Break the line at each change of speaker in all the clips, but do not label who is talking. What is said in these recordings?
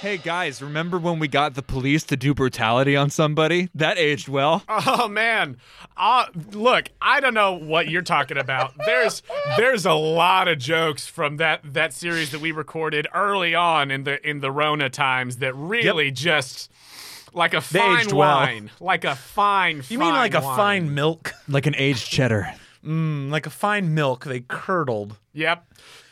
Hey guys, remember when we got the police to do brutality on somebody? That aged well.
Oh man, uh, look, I don't know what you're talking about. There's there's a lot of jokes from that that series that we recorded early on in the in the Rona times that really just like a fine
aged well.
wine, like a fine.
You mean like a
wine.
fine milk?
Like an aged cheddar.
Mm, like a fine milk. They curdled.
Yep.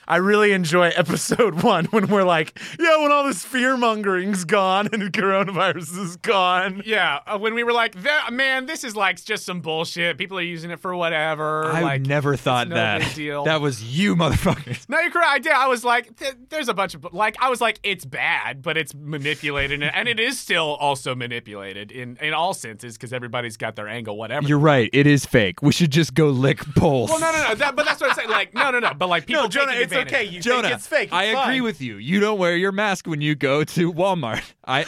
I really enjoy episode one when we're like, yeah, when all this fear mongering's gone and coronavirus is gone.
Yeah, uh, when we were like, "Th- man, this is like just some bullshit. People are using it for whatever.
I
like,
never thought
no
that.
big deal.
That was you, motherfuckers.
No, you're correct. I did. I was like, th- there's a bunch of like, I was like, it's bad, but it's manipulated, and, and it is still also manipulated in in all senses because everybody's got their angle, whatever.
You're right. It is fake. We should just go lick poles.
well, no, no, no. That, but that's what I'm saying. Like, no, no, no. But like, people
No, Jonah,
taking
it's
advantage.
okay. You
Jonah,
think it's fake. It's
I agree
fine.
with you. You don't wear your mask when you go to Walmart. I.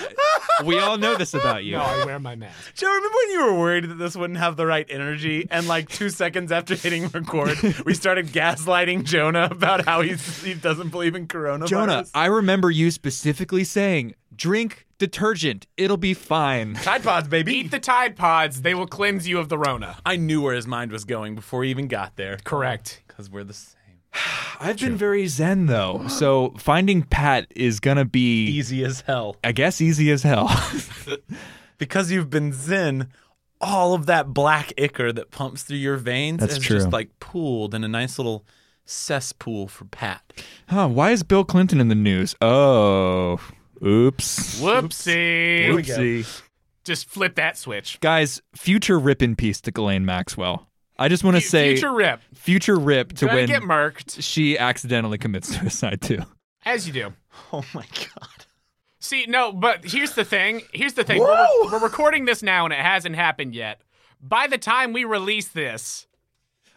we all know this about you.
No, I wear my mask.
Joe, remember when you were worried that this wouldn't have the right energy? And like two seconds after hitting record, we started gaslighting Jonah about how he's, he doesn't believe in coronavirus.
Jonah, I remember you specifically saying, "Drink detergent. It'll be fine."
Tide Pods, baby.
Eat the Tide Pods; they will cleanse you of the Rona.
I knew where his mind was going before he even got there.
Correct.
Because we're the same.
I've been very zen though, so finding Pat is gonna be,
Easy as hell.
I guess, easy as hell.
Because you've been zen, all of that black ichor that pumps through your veins
That's
is
true.
just like pooled in a nice little cesspool for Pat.
huh? Why is Bill Clinton in the news? Oh, oops.
Whoopsie!
Oops. go.
Oopsie.
Just flip that switch.
Guys, future rip in peace to Ghislaine Maxwell. I just want to say
Future rip.
future rip to
Gonna
when
get murked
she accidentally commits suicide too.
as you do.
Oh my God.
See, no, but here's the thing. Here's the thing. We're, we're recording this now, and it hasn't happened yet. By the time we release this,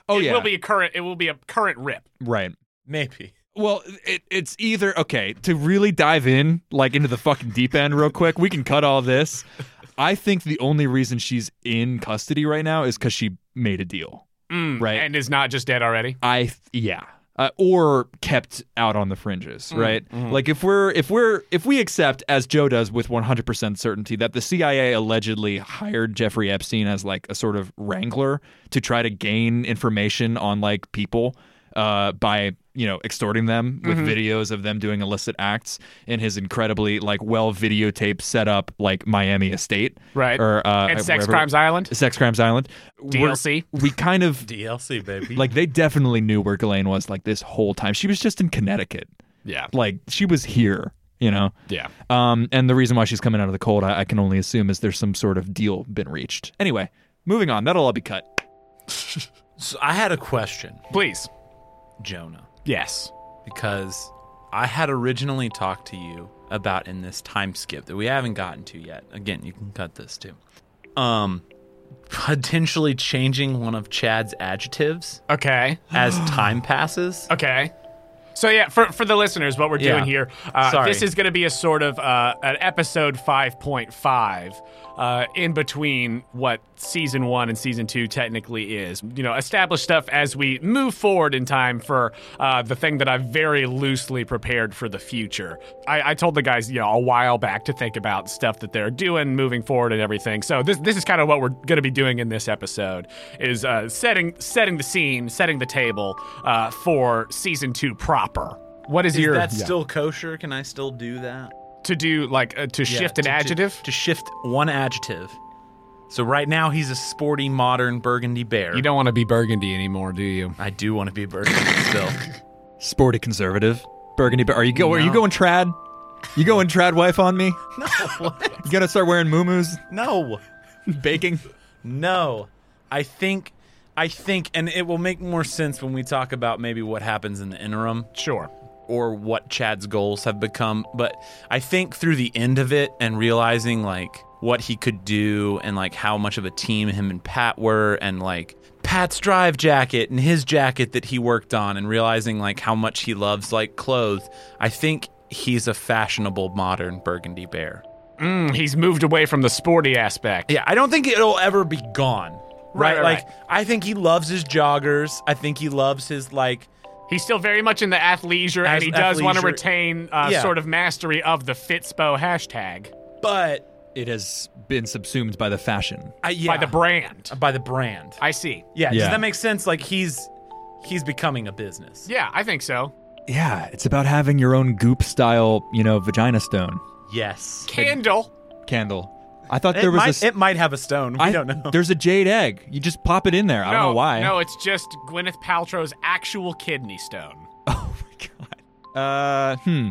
Oh
it
yeah,
will be a current. It will be a current rip.
right.
Maybe.
Well, it, it's either okay to really dive in, like into the fucking deep end, real quick. We can cut all this. I think the only reason she's in custody right now is because she made a deal.
Mm,
Right.
and is not just dead already.
I th- yeah, uh, or kept out on the fringes,
Mm,
right?
mm-hmm.
Like if we're if we're if we accept, as Joe does with 100% certainty, that the CIA allegedly hired Jeffrey Epstein as like a sort of wrangler to try to gain information on like people uh, by you know extorting them with
Mm-hmm.
videos of them doing illicit acts in his incredibly like well videotaped setup like Miami estate,
Right.
Or uh,
and Sex
wherever-
Crimes Island.
Sex Crimes Island. We're-
DLC.
we kind of
DLC, baby.
like they definitely knew where Ghislaine was like this whole time. She was just in Connecticut.
Yeah.
Like she was here, you know?
Yeah.
Um, and the reason why she's coming out of the cold, I, I can only assume, is there's some sort of deal been reached. Anyway, moving on. That'll all be cut.
So I had a question,
Please.
Jonah,
Yes.
because I had originally talked to you about in this time skip that we haven't gotten to yet. Again, you can cut this too. Um, potentially changing one of Chad's adjectives
Okay.
as time passes.
Okay. So yeah, for for the listeners, what we're doing
Yeah.
here, uh,
Sorry.
this is going to be a sort of uh, an episode five point five, uh, in between what season one and season two technically is. You know, establish stuff as we move forward in time for uh, the thing that I've very loosely prepared for the future. I, I told the guys, you know, a while back to think about stuff that they're doing moving forward and everything. So this this is kind of what we're going to be doing in this episode is uh, setting setting the scene, setting the table uh, for season two proper. What is,
Is
your
that still kosher? Can I still do that?
to do like uh, to shift
Yeah,
an
to- to-
adjective?
To, shift one adjective. So right now he's a sporty, modern burgundy bear.
you don't want to be burgundy anymore, do you?
I do want to be burgundy still.
Sporty conservative. Burgundy but are you go are you going trad? You going trad wife on me?
no,
You gotta start wearing muumuus,
no.
baking.
No, I think, I think, and it will make more sense when we talk about maybe what happens in the interim
Sure.
or what Chad's goals have become. But I think through the end of it and realizing like what he could do and like how much of a team him and Pat were and like Pat's drive jacket and his jacket that he worked on and realizing like how much he loves like clothes, I think he's a fashionable modern burgundy bear.
Mm, he's moved away from the sporty aspect.
Yeah, I don't think it'll ever be gone.
Right,
Right?
right,
like I think he loves his joggers. I think he loves his like
He's still very much in the athleisure, and
As
he does want to
athleisure-
retain uh,
Yeah.
sort of mastery of the Fitspo hashtag
But
It has been subsumed by the fashion.
I yeah,
by the brand.
by the brand.
I see.
Yeah,
Yeah.
does that make sense? Like he's he's becoming a business.
Yeah, I think so.
Yeah, it's about having your own goop style, you know, vagina stone
Yes.
Candle.
candle. I thought
It,
there was
might,
a. s-
it might have a stone. We
I-
don't know.
There's a jade egg. You just pop it in there. I
no,
don't know why.
No, it's just Gwyneth Paltrow's actual kidney stone.
Oh my god. Uh, hmm.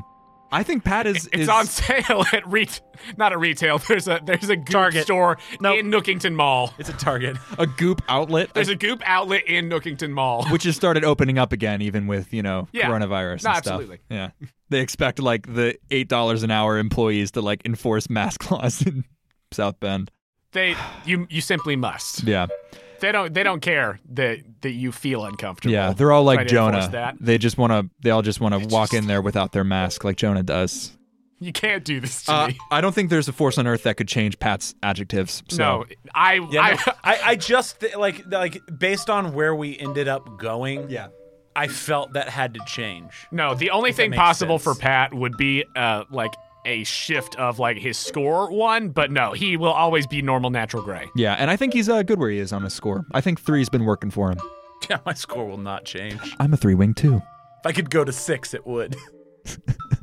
I think Pat is.
It's
is,
on sale at ret not at retail. There's a there's a Goop
Target.
store
No.
in Nookington Mall.
It's a target.
a goop outlet,
There's a Goop outlet in Nookington Mall.
which has started opening up again, even with you know
Yeah.
coronavirus
No,
and
absolutely.
stuff. Yeah, they expect like the eight dollars an hour employees to like enforce mask laws in South Bend.
They you you simply must.
Yeah,
They don't they don't care that that you feel uncomfortable.
yeah, they're all
Try
like
to enforce
Jonah.
that.
They just want to. They all just want to walk in there without their mask, like Jonah does.
You can't do this to
Uh,
me.
I don't think there's a force on earth that could change Pat's adjectives. So.
No, I
Yeah, no,
I,
I, I just th- like like based on where we ended up going.
Yeah.
I felt that had to change.
No, the only thing
makes
possible
sense.
for Pat would be uh like a shift of like his score one, but no, he will always be normal natural gray.
Yeah, and I think he's uh, good where he is on his score. I think three's been working for him.
Yeah, my score will not change. If
I'm a three wing too.
I could go to six, it would.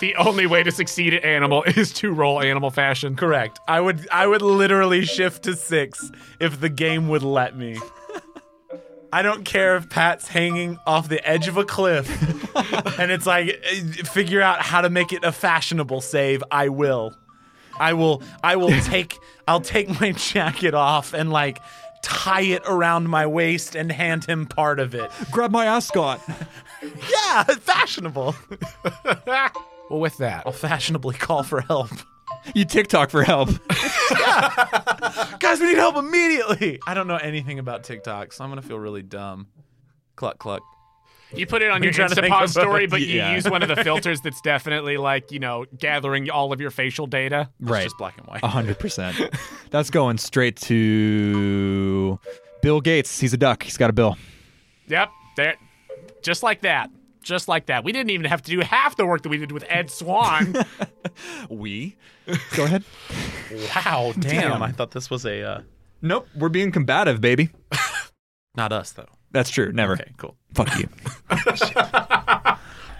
The only way to succeed at animal is to roll animal fashion.
Correct. I would I would literally shift to six if the game would let me. I don't care if Pat's hanging off the edge of a cliff and it's like eh, figure out how to make it a fashionable save, I will. I will I will take I'll take my jacket off and like tie it around my waist and hand him part of it.
Grab my ascot.
Yeah, fashionable.
Well, with that,
I'll fashionably call for help.
you TikTok for help.
Guys, we need help immediately. I don't know anything about TikTok, so I'm gonna feel really dumb. Cluck cluck.
you put it on your
trying to think
Instapot
of
story,
it.
but
Yeah.
you use one of the filters that's definitely like you know gathering all of your facial data.
right.
Just black and white.
A hundred percent. That's going straight to Bill Gates. He's a duck. He's got a bill.
Yep, there, just like that, just like that. We didn't even have to do half the work that we did with Ed Swan.
We? Go ahead.
Wow, damn. I thought this was a uh,
Nope. We're being combative, baby.
not us though.
That's true. Never.
Okay, cool.
Fuck you.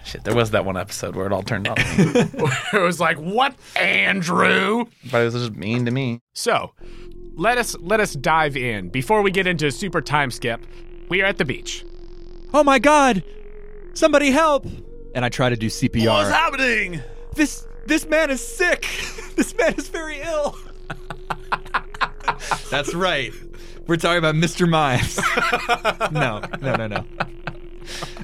Shit, there was that one episode where it all turned out,
it was like, what, Andrew?
but it was just mean to me.
So, let us let us dive in. Before we get into super time skip, we are at the beach.
oh my god! Somebody help! And I try to do CPR.
What's happening?
This this man is sick. this man is very ill. That's right. We're talking about Mr. Mimes. no, no, no, no.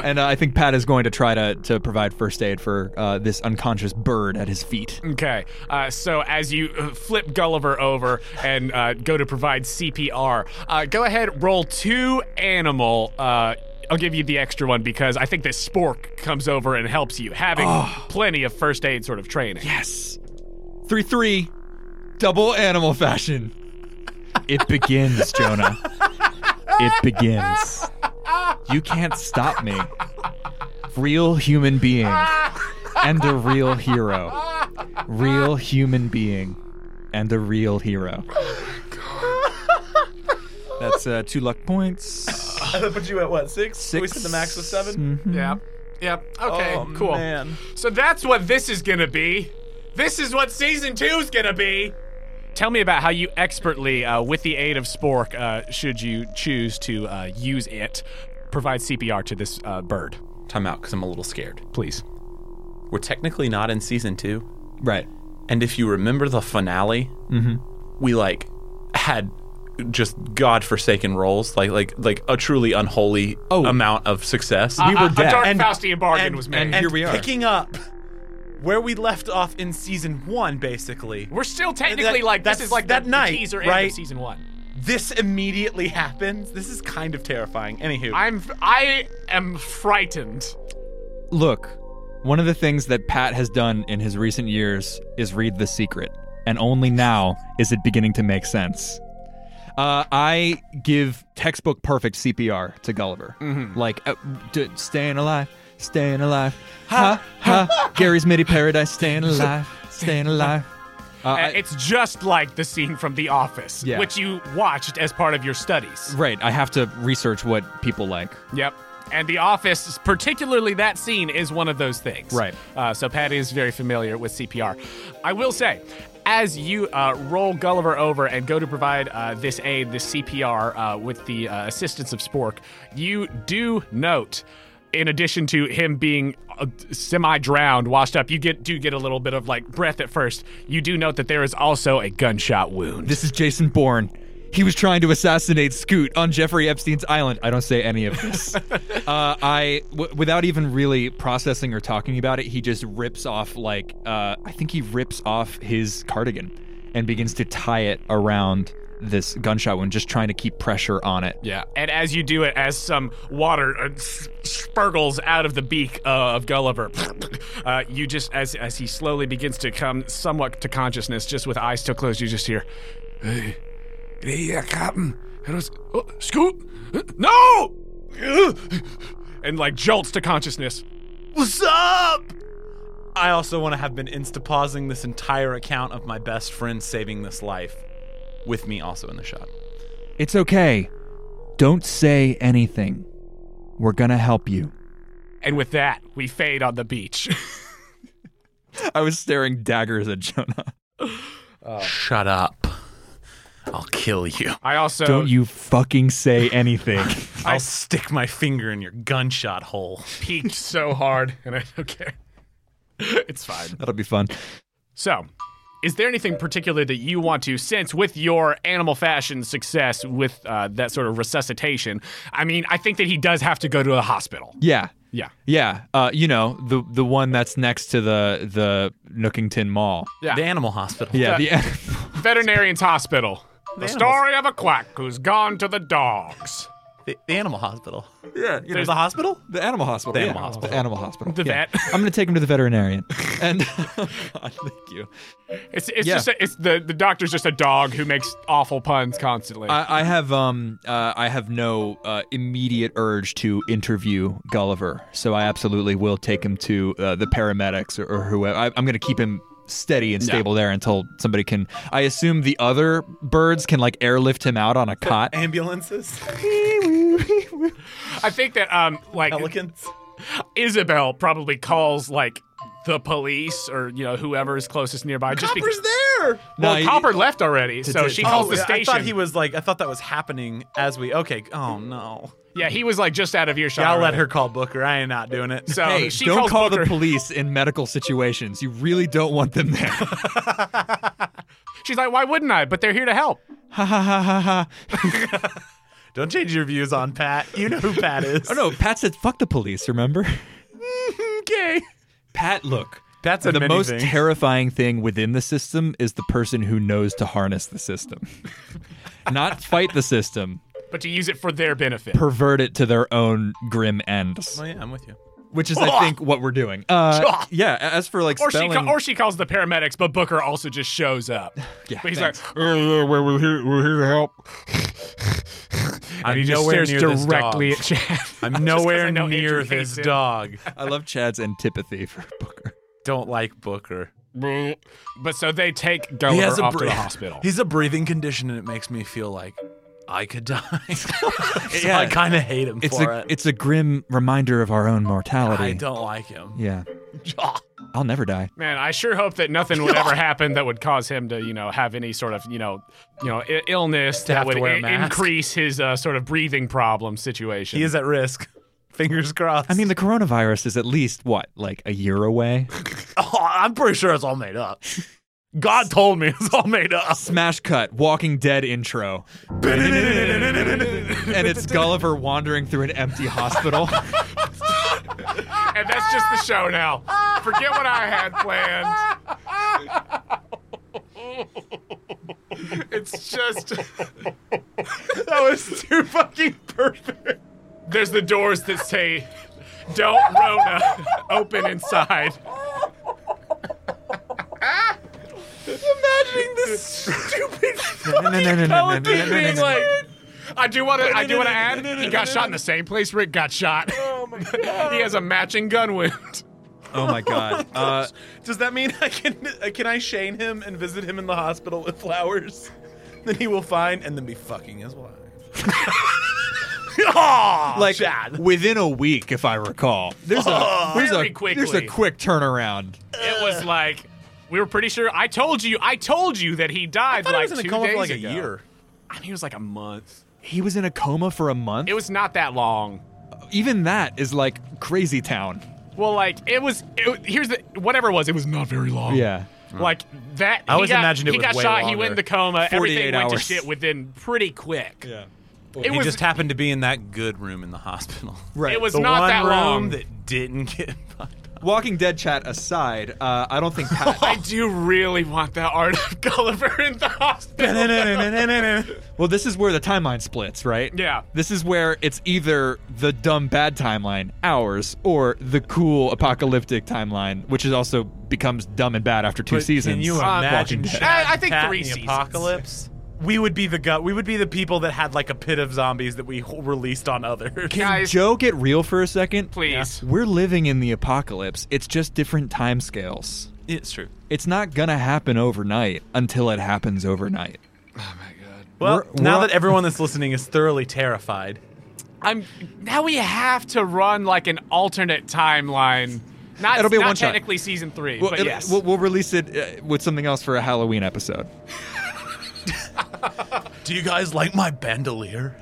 And uh, I think Pat is going to try to, to provide first aid for uh, this unconscious bird at his feet.
Okay. Uh, so as you uh, flip Gulliver over and uh, go to provide CPR, uh, go ahead roll two animal. Uh, I'll give you the extra one because I think this spork comes over and helps you, having plenty of first aid sort of training.
Yes. 3 3, double animal fashion. It begins, Jonah. It begins. You can't stop me. Real human being and a real hero. Real human being and a real hero. That's uh, two luck points.
I put you at what six?
Six.
We said the max was seven.
Mhm.
Yep. Yep. Okay.
Oh,
cool.
man.
So that's what this is gonna be. This is what season two's gonna be. Tell me about how you expertly, uh, with the aid of Spork, uh, should you choose to uh, use it, provide CPR to this uh, bird,
Time out, because I'm a little scared.
please.
We're technically not in season two,
Right.
and if you remember the finale,
Mm-hmm.
we like had just godforsaken roles, like like like a truly unholy
Oh.
amount of success.
We were
a, a
dead.
dark
Uh, And-
Faustian bargain was made.
and- here we are.
Picking up where we left off in season one, basically.
we're still technically
that-
like this
that's-
is like
that
the, the
night,
teaser end
right?
of season one.
This immediately happens. This is kind of terrifying. Anywho,
I'm I am frightened.
Look, one of the things that Pat has done in his recent years is read The Secret, and only now is it beginning to make sense. Uh, I give textbook perfect CPR to Gulliver. Like, uh, d- staying alive, staying alive. Ha, ha. Gary's MIDI paradise, staying alive, staying alive. Uh,
Uh,
I-
it's just like the scene from The Office,
Yeah.
which you watched as part of your studies.
right, I have to research what people like.
Yep. And The Office, particularly that scene, is one of those things.
Right.
Uh, so Patty is very familiar with CPR. I will say, as you uh, roll Gulliver over and go to provide uh, this aid, this CPR, uh, with the uh, assistance of Spork, you do note. In addition to him being uh, semi-drowned, washed up, you get do get a little bit of like breath at first. You do note that there is also a gunshot wound.
This is Jason Bourne. He was trying to assassinate Scoot on Jeffrey Epstein's island. I don't say any of this. uh, I, w- without even really processing or talking about it, he just rips off like uh, I think he rips off his cardigan and begins to tie it around this gunshot wound, just trying to keep pressure on it.
Yeah, and as you do it, as some water uh, s- spurgles out of the beak uh, of Gulliver, uh, you just as as he slowly begins to come somewhat to consciousness, just with eyes still closed, you just hear, "Hey, hey, uh, Captain, it was oh, Scoot, Uh, no!" And like jolts to consciousness.
What's up? I also want to have been insta pausing this entire account of my best friend saving this life with me also in the shot.
It's okay. Don't say anything. We're gonna help you.
And with that, we fade on the beach.
I was staring daggers at Jonah.
Shut up. I'll kill you.
I also
Don't you fucking say anything.
I'll stick my finger in your gunshot hole.
peaked so hard, and I don't care. It's fine.
That'll be fun.
So, is there anything particular that you want to sense with your animal fashion success with uh, that sort of resuscitation? I mean, I think that he does have to go to a hospital.
Yeah.
Yeah.
Yeah, uh, you know the the one that's next to the the Nookington Mall.
Yeah.
The animal hospital.
Yeah, the,
Veterinarian's hospital. The
animals.
story of a quack who's gone to the dogs.
The, the animal hospital.
yeah, you know,
There's the hospital?
the animal hospital. The
animal hospital.
The animal hospital.
The
yeah.
vet.
I'm gonna take him to the veterinarian. And God, thank you.
It's, it's
Yeah.
just a, it's the, the doctor's just a dog who makes awful puns constantly.
I, I have um uh, I have no uh, immediate urge to interview Gulliver, so I absolutely will take him to uh, the paramedics or, or whoever. I, I'm gonna keep him steady and stable there until somebody can. I assume the other birds can like airlift him out on a cot.
Ambulances.
I think that um like
Pelicans.
Isabel probably calls like the police or you know whoever is closest nearby. just because.
there.
No,
well,
he-
Copper left already, so
to-
she
to-
calls
Oh,
the station.
I thought he was like I thought that was happening as we Okay. Oh no.
yeah, he was like just out of earshot.
I'll let
already.
her call Booker. I ain't not doing it.
So
Hey,
she
Um, don't
calls
call
Booker.
the police in medical situations. You really don't want them there. ha
She's like, "Why wouldn't I?" But they're here to help.
ha ha ha ha.
Don't change your views on Pat. You know who Pat is.
Oh no, Pat said fuck the police, remember?
Okay.
Pat, look.
Pat said
the
many
most
things.
terrifying thing within the system is the person who knows to harness the system. Not fight the system,
But to use it for their benefit.
pervert it to their own grim ends,
Well, Oh, yeah, I'm with you.
which is, I think, what we're doing. Uh, yeah, as for like
or she
spelling,
ca- or she calls the paramedics, but Booker also just shows up.
Yeah,
but he's
thanks.
like,
yeah, well, we're here, we're here to help.
I'm
he just
nowhere
stares
near this
directly at
dog.
Chad.
I'm nowhere
I know
near
Andrew hates
this
him.
dog.
I love Chad's antipathy for Booker.
Don't like Booker.
but so they take Gulliver off to the hospital.
He's a breathing condition, and it makes me feel like I could die. so
Yeah.
I kind of hate him
It's
for
a
it.
it's a grim reminder of our own mortality.
I don't like him.
Yeah. I'll never die.
Man, I sure hope that nothing would ever happen that would cause him to, you know, have any sort of, you know, you know, I- illness that
have
would
to wear a
i-
mask.
increase his uh, sort of breathing problem situation.
He is at risk. Fingers crossed.
I mean, the coronavirus is at least what, like a year away.
Oh, I'm pretty sure it's all made up. God told me it's all made up.
Smash cut, Walking Dead intro, and it's Gulliver wandering through an empty hospital.
And that's just the show now. Forget what I had planned. It's just.
That was too fucking perfect.
There's the doors that say, Don't Rona, open inside.
Imagining this
stupid
No, no, no, no, no, no, no, no,
Paladin
no, no,
being
no.
like. I do want to. I do want to add. He got shot in the same place Rick got shot.
Oh my god.
He has a matching gun wound.
Oh my god. Uh,
Does that mean I can can I shame him and visit him in the hospital with flowers? Then he will find and then be fucking his wife.
like within a week, if I recall. There's a there's
Very
a there's
quickly.
a quick turnaround.
It was like we were pretty sure. I told you. I told you that he died
I thought he
like
was gonna
two
come up
days
for like a
ago.
year.
I mean, it was like a month.
He was in a coma for a month.
It was not that long.
Even that is like crazy town.
Well, like it was. It, here's the whatever it was. It was not very long.
Yeah.
Like that.
I
he
always
got,
imagined it
he
was
got
way
shot. He
longer.
went into coma. Everything
48
went to
hours.
shit within pretty quick.
Yeah.
It
he
was.
just happened to be in that good room in the hospital.
Right.
it was
The
not
one
that
room
long.
that didn't get fucked up.
Walking Dead chat aside, uh, I don't think
I
Pat.
do really want that art of Gulliver in the hospital.
well, this is where the timeline splits, right?
Yeah.
This is where it's either the dumb bad timeline, ours, or the cool apocalyptic timeline, which is also becomes dumb and bad after two seasons.
Can you
on
Uh, imagine?
Walking Dead.
Dead. I- I think
Pat
three
in the
seasons.
apocalypse. We would be the gut. We would be the people that had like a pit of zombies that we ho- released on others.
Can
Guys-
Joe get real for a second?
Please.
We're living in the apocalypse. It's just different timescales.
It's true.
It's not gonna happen overnight until it happens overnight.
Well,
We're-
now
we're-
that everyone that's listening is thoroughly terrified,
I'm now we have to run like an alternate timeline. Not,
It'll be a
not
one-shot.
technically season three,
Well,
but
it-
yes.
we'll, we'll release it uh, with something else for a Halloween episode.
do you guys like my bandolier?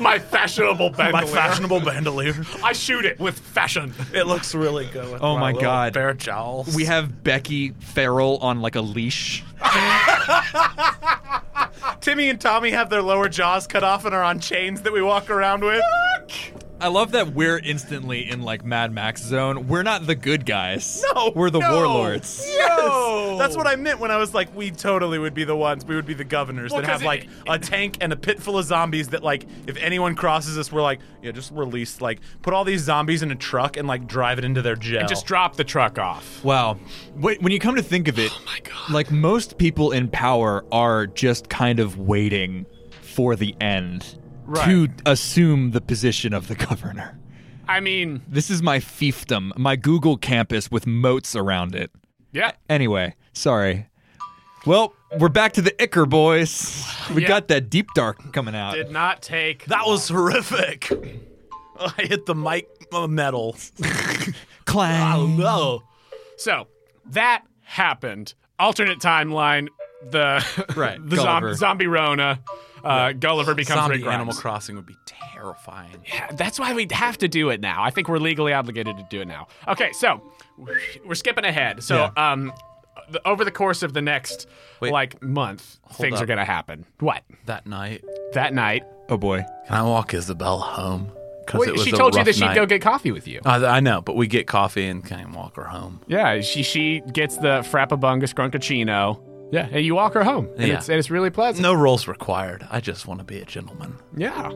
my fashionable
my
bandolier.
fashionable bandolier.
I shoot it with fashion.
It looks really good. With
Oh my
little
God.
Bear jowls.
We have Becky Farrell on like a leash.
Timmy and Tommy have their lower jaws cut off and are on chains that we walk around with.
I love that we're instantly in like Mad Max zone. We're not the good guys.
No,
we're the
no.
warlords.
Yes, that's what I meant when I was like, we totally would be the ones. We would be the governors
Well,
that have
'cause it-
like a tank and a pit full of zombies. That like, if anyone crosses us, we're like, yeah, just release like, put all these zombies in a truck and like drive it into their jail.
Just drop the truck off.
Wow. Wait, when you come to think of it,
Oh my God.
like most people in power are just kind of waiting for the end to
Right.
assume the position of the governor.
I mean,
This is my fiefdom, my Google campus with moats around it.
yeah.
Anyway, sorry. Well, we're back to the Icker boys. We
Yeah.
got that deep dark coming out.
Did not take
that was horrific. I hit the mic uh, metal.
Clang.
no.
So that happened. Alternate timeline. The
Right,
the
Gulliver.
zom- zombie Rona. Uh, Gulliver becomes Rick
Zombie
Grimes.
Animal Crossing would be terrifying.
Yeah, That's why we have to do it now. I think we're legally obligated to do it now. Okay, so we're skipping ahead. So um, the, over the course of the next
Wait.
like month, things
up.
are gonna happen. What
That night,
that night?
Oh boy.
can I walk Isabel home? Because
Wait, she told you that she'd go get coffee with you.
Uh, I, I know, but we get coffee and can walk her home.
Yeah, she she gets the frappabunga scruncaccino. Yeah, and you walk her home, and
Yeah.
it's and it's really pleasant.
No roles required. I just want to be a gentleman.
Yeah,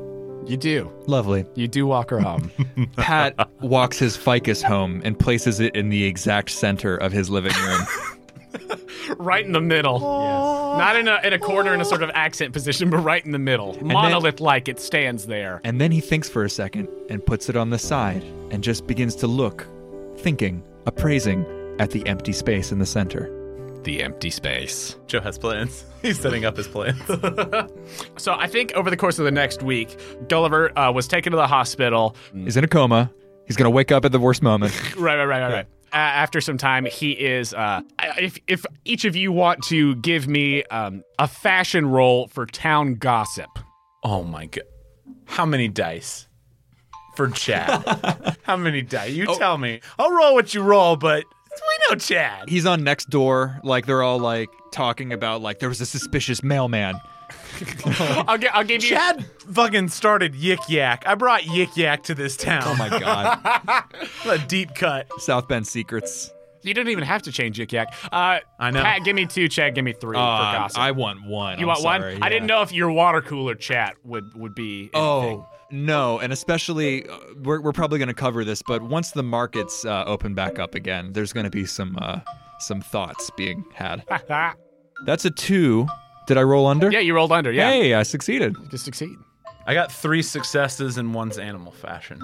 you do.
Lovely.
You do walk her home.
Pat walks his ficus home and places it in the exact center of his living room.
right in the middle. Not in a in a corner in a sort of accent position, but right in the middle. Monolith like it stands there.
and then he thinks for a second and puts it on the side and just begins to look, thinking, appraising at the empty space in the center.
The empty space.
Joe has plans. He's setting up his plans.
So I think over the course of the next week, Gulliver uh, was taken to the hospital.
He's in a coma. He's going to wake up at the worst moment.
Right, right, right, right, right. A- after some time, he is. Uh, I- if if each of you want to give me um, a fashion roll for town gossip,
oh my god! How many dice for Chad? How many dice? You tell me. I'll roll what you roll, but we know Chad.
He's on next door. Like, they're all like talking about, like, there was a suspicious mailman.
I'll, gi- I'll give you.
Chad fucking started Yik Yak. I brought Yik Yak to this town.
Oh my God.
A deep cut.
South Bend Secrets.
You don't even have to change Yik Yak. Uh,
I know.
Pat, give me two. Chad, give me three for
Uh,
gossip.
I want one.
You
I'm
want
sorry,
one? I didn't
yeah.
know if your water cooler chat would would be. anything.
Oh no, and especially uh, we're we're probably going to cover this, but once the markets uh, open back up again, there's going to be some uh, some thoughts being had.
Ah.
That's a two. Did I roll under?
Yeah, you rolled under. Yeah,
Hey, I succeeded.
to succeed.
I got three successes in one's animal fashion.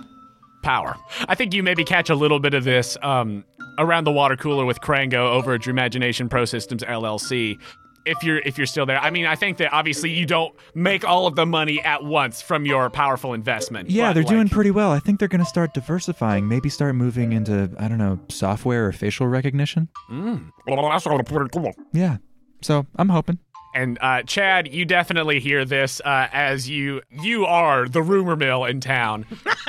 Power. I think you maybe catch a little bit of this um, around the water cooler with Krango over at Imagination Pro Systems LLC. If you're if you're still there, I mean, I think that obviously you don't make all of the money at once from your powerful investment.
Yeah,
but,
they're
like,
doing pretty well. I think they're going to start diversifying, maybe start moving into, I don't know, software or facial recognition. Yeah. So I'm hoping.
And uh, Chad, you definitely hear this uh, as you you are the rumor mill in town.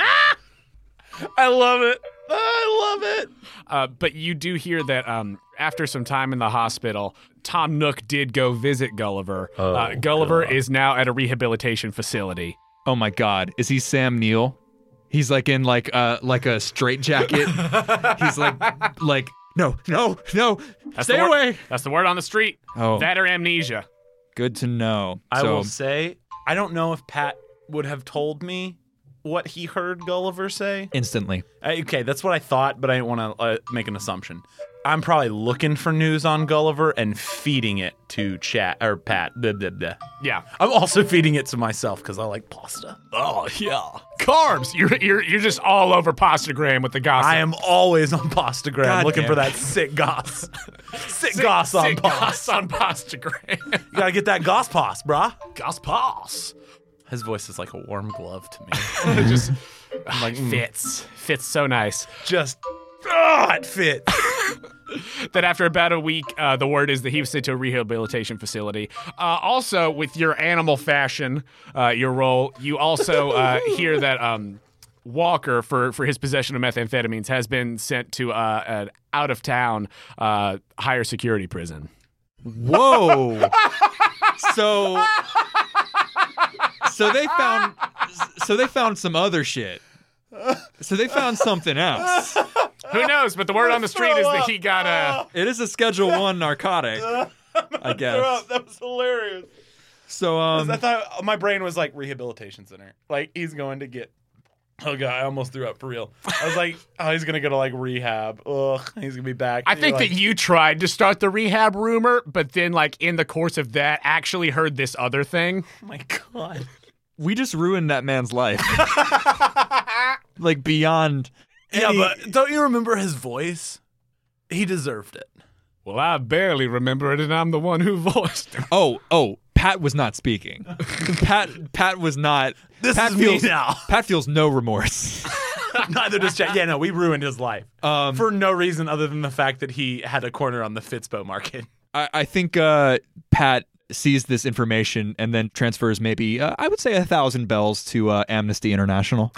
I love it. I love it.
Uh, but you do hear that um, after some time in the hospital, Tom Nook did go visit Gulliver.
Oh,
uh, Gulliver is now at a rehabilitation facility.
Oh my God. Is he Sam Neill? He's like in like uh like a straight jacket. He's like like no, no, no.
the
Stay
wor-
away.
That's the word on the street.
Oh.
That or amnesia.
Good to know.
I
so
will say, I don't know if Pat would have told me what he heard Gulliver say.
instantly.
Uh, Okay, that's what I thought, but I didn't want to uh, make an assumption. I'm probably looking for news on Gulliver and feeding it to Chat or Pat. Blah, blah, blah.
Yeah.
I'm also feeding it to myself because I like pasta.
Oh yeah. Carbs. You're you're you're just all over Postagram with the gossip.
I am always on Pastagram
God
looking
damn
for
it.
that sick goss. sick, goss on pasta.
Sick goss on Postagram.
You gotta get that goss pos, brah.
goss pass.
His voice is like a warm glove to me.
just like fits. Fits so nice.
Mm. Just, oh, it fits.
that after about a week, uh, the word is that he was sent to a rehabilitation facility. Uh, also, with your animal fashion, uh, your role, you also uh, hear that um, Walker, for, for his possession of methamphetamines, has been sent to uh, an out of town uh, higher security prison.
Whoa. so So they found so they found some other shit. So they found something else.
Who knows? But the word on the street is that he got a.
It is a Schedule One narcotic, I guess.
that was hilarious.
So um,
I thought my brain was like rehabilitation center. Like he's going to get. Oh god, I almost threw up for real. I was like, oh, he's gonna go to like rehab. Ugh, he's gonna be back.
I think that you tried to start the rehab rumor, but then, like, in the course of that, actually heard this other thing.
Oh my god.
we just ruined that man's life, like beyond.
Yeah,
any-
but don't you remember his voice? He deserved it.
Well, I barely remember it, and I'm the one who voiced it.
oh oh, Pat was not speaking. Pat Pat was not.
This
Pat
is me
feels,
now.
Pat feels no remorse.
Neither does Chad. Yeah, no, we ruined his life
Um,
for no reason other than the fact that he had a corner on the Fitzbo market.
I, I think uh, Pat sees this information and then transfers maybe uh, I would say a thousand bells to uh, Amnesty International.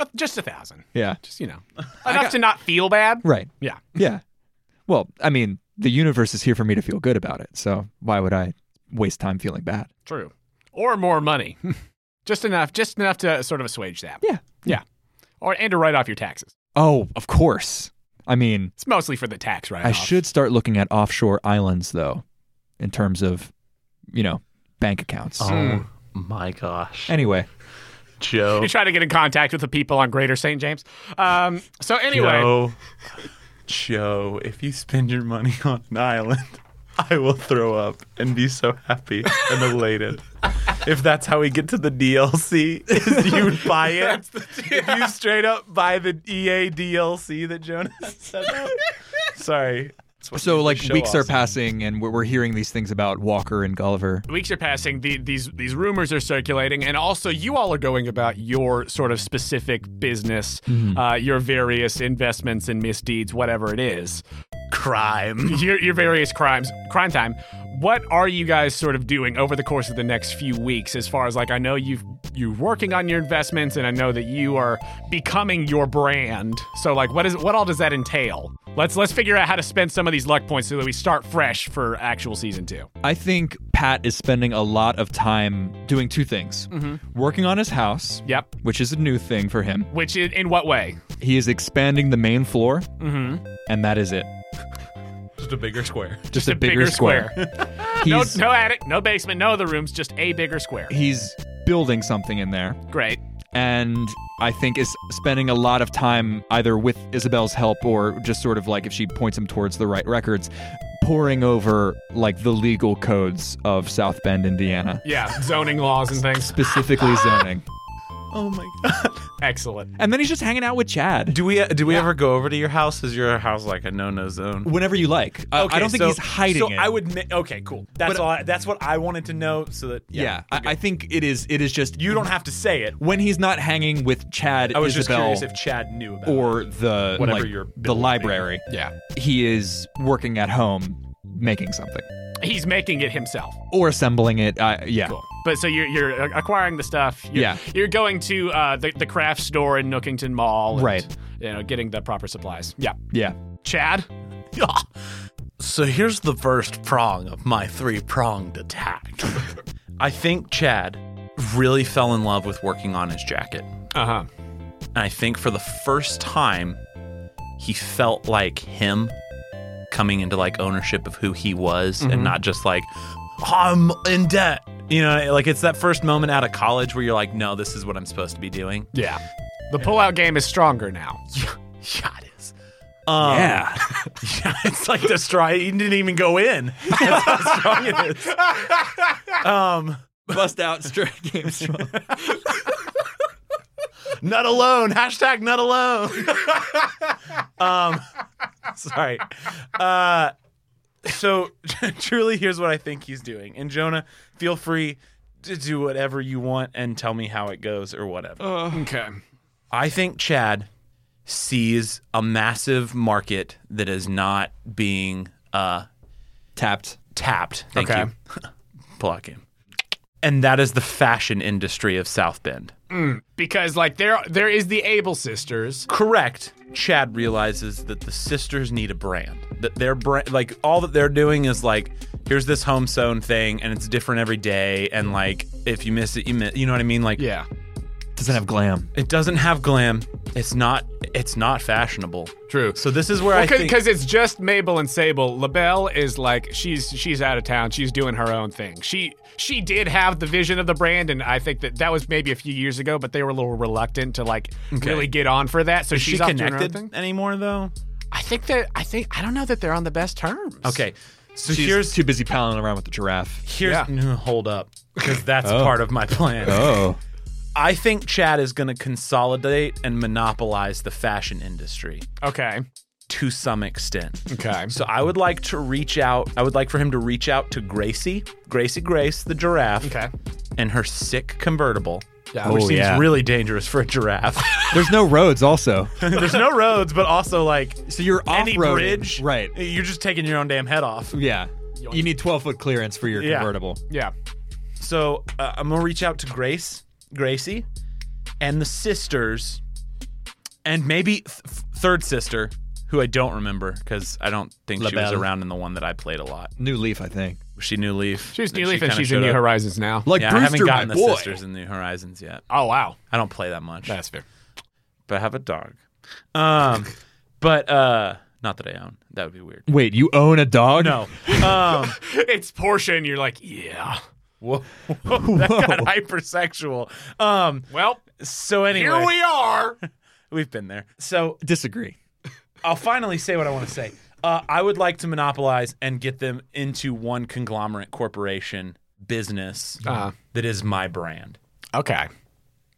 Uh, Just a thousand.
Yeah,
just you know enough to not feel bad
right.
yeah
Yeah. Well, I mean, the universe is here for me to feel good about it. So why would I waste time feeling bad?
true or more money just enough just enough to sort of assuage that
Yeah.
yeah or and to write off your taxes
Oh, of course. I mean,
it's mostly for the tax write
I should start looking at offshore islands, though, in terms of, you know, bank accounts.
Oh my gosh,
Anyway,
Joe.
you try to get in contact with the people on greater st james um, so anyway
Joe, Joe, if you spend your money on an island, I will throw up and be so happy and elated. if that's how we get to the DLC, is you buy it. If you straight up buy the E EA DLC that Jonas set up. Sorry. That's what
so
you
like
show
weeks are
offs.
passing, and we're, we're hearing these things about Walker and Gulliver.
weeks are passing the, these these rumors are circulating and also you all are going about your sort of specific business uh, your various investments and misdeeds whatever it is
crime.
your, your various crimes, crime time. What are you guys sort of doing over the course of the next few weeks? As far as like, I know you've you're working on your investments, and I know that you are becoming your brand. So like, what is what all does that entail? Let's let's figure out how to spend some of these luck points so that we start fresh for actual season two.
I think Pat is spending a lot of time doing two things: working on his house,
Yep.
which is a new thing for him.
Which is, in what way?
He is expanding the main floor, and that is it.
Just a bigger square.
Just, a, bigger, square.
no,
he's,
no attic, no basement, no other rooms, just a bigger square.
he's building something in there,
Great.
and I think is spending a lot of time either with Isabel's help or just sort of like if she points him towards the right records, poring over like the legal codes of South Bend, Indiana,
Yeah, zoning laws and things.
specifically zoning.
Oh my god.
Excellent.
And then he's just hanging out with Chad
Do we uh, do we ever go over to your house? Is your house like a no no zone?
whenever you like. I- I don't think
so-
he's hiding
So
it.
I would. ma- Okay, cool. That's all. I, that's what I wanted to know. So that
Yeah, I, I think it is. It is just
you don't have to say it.
when he's not hanging with Chad,
I was
Isabel,
just curious if Chad knew about it.
or the
Whatever
like,
your
the
bill would
library.
Yeah.
He is working at home making something
He's making it himself.
or assembling it. Uh, yeah.
But so you're, you're acquiring the stuff. You're,
Yeah.
You're going to uh, the, the craft store in Nookington Mall. and,
Right.
You know, getting the proper supplies. Yeah.
Yeah.
Chad?
So here's the first prong of my three pronged attack. I think Chad really fell in love with working on his jacket.
Uh huh.
And I think for the first time, he felt like him coming into like ownership of who he was and not just like, I'm in debt. You know, like it's that first moment out of college where you're like, no, this is what I'm supposed to be doing.
Yeah. The pullout game is stronger now.
Yeah, yeah it is. Um,
Yeah.
Yeah, it's like the straw. He didn't even go in. That's how strong it is. Um,
Bust out straight games.
not alone. Hashtag not alone. um, sorry. Uh, so truly, here's what I think he's doing. And Jonah, feel free to do whatever you want and tell me how it goes or whatever.
Okay.
I think Chad sees a massive market that is not being uh,
Tapped.
tapped. Thank
Okay.
you. Plot game. And that is the fashion industry of South Bend.
Because like there there is the Able sisters.
Correct. Chad realizes that the sisters need a brand. That their brand, like all that they're doing is like, here's this home sewn thing, and it's different every day. And like, if you miss it, you miss. You know what I mean? Like,
Yeah.
Doesn't have glam.
it doesn't have glam. It's not. It's not fashionable.
True.
So this is where I think.
because it's just Mabel and Sable. LaBelle is like she's she's out of town. She's doing her own thing. She she did have the vision of the brand, and I think that that was maybe a few years ago. But they were a little reluctant to like really get on for that. So
is
she's
she
off doing her own
connected
thing.
anymore though?
I think that I think I don't know that they're on the best terms.
Okay. So
She's
here's
too busy palling around with the giraffe.
here's
Yeah.
no, hold up because that's part of my plan.
Oh.
I think Chad is going to consolidate and monopolize the fashion industry
Okay.
to some extent.
Okay.
So I would like to reach out. I would like for him to reach out to Gracie, Gracie Grace, the giraffe,
Okay.
and her sick convertible,
Yeah.
which
Oh,
seems
yeah.
really dangerous for a giraffe.
There's no roads, also.
There's no roads, but also like
So you're off
any bridge,
Right.
You're just taking your own damn head off.
Yeah. You need 12 foot clearance for your
Yeah.
convertible.
Yeah.
So uh, I'm gonna reach out to Grace, Gracie, and the sisters, and maybe th- third sister, who I don't remember because I don't think she was
LaBelle.
around in the one that I played a lot.
New Leaf, I think.
She New Leaf.
She's New
she
Leaf and
kinda
she's in
showed
New
up.
Horizons now.
Like
Yeah, I
Brewster,
haven't gotten
my
the
boy.
sisters in New Horizons yet.
oh wow.
I don't play that much,
That's fair.
but I have a dog. Um, but uh, not that I own. That would be weird.
Wait, you own a dog?
No. Um,
it's Portia, and you're like, yeah.
whoa, whoa, that got hypersexual. Um,
Well,
so anyway,
here we are.
we've been there. So
Disagree.
I'll finally say what I want to say. Uh, I would like to monopolize and get them into one conglomerate corporation business
Uh-huh.
that is my brand.
Okay.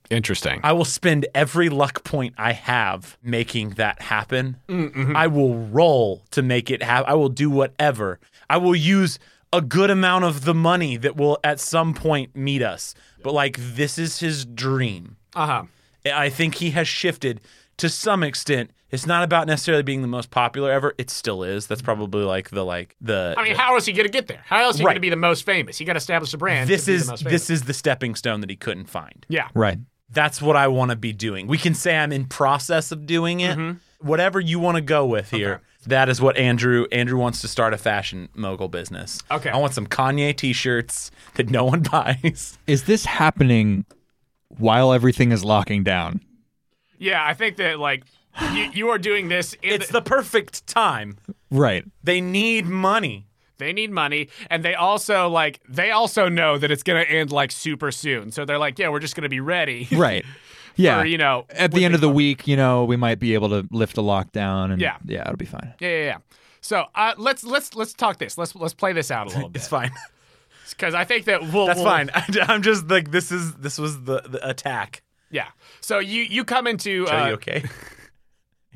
Interesting.
I will spend every luck point I have making that happen.
Mm-hmm.
I will roll to make it happen. I will do whatever. I will use a good amount of the money that will at some point meet us. But like this is his dream.
Uh huh.
I think he has shifted to some extent. It's not about necessarily being the most popular ever. It still is. That's probably like the like the.
I mean, how else are you going to get there? How else are you going to
Right.
be the most famous? You got to establish a brand.
this
to be the
is
most famous.
this is the stepping stone that he couldn't find.
Yeah.
Right.
That's what I want to be doing. We can say I'm in process of doing it.
Mm-hmm.
Whatever you want to go with here. That is what Andrew Andrew wants to start a fashion mogul business.
Okay.
I want some Kanye t-shirts that no one buys.
Is this happening while everything is locking down?
Yeah. I think that like you, you are doing this. In
It's
the-
the perfect time.
Right.
They need money.
they need money, and they also like they also know that it's going to end like super soon. So they're like, yeah, we're just going to be ready.
Right. Yeah.
Or, you know,
at the end of the week, you know, we might be able to lift a lockdown and
Yeah.
yeah it'll be fine.
yeah, yeah, yeah. So uh, let's let's let's talk this. Let's let's play this out a little bit
It's fine.
because I think that we'll,
That's
we'll-
fine. I, am just like this is this was the, the attack.
Yeah. So you you come into
Are you
uh,
okay?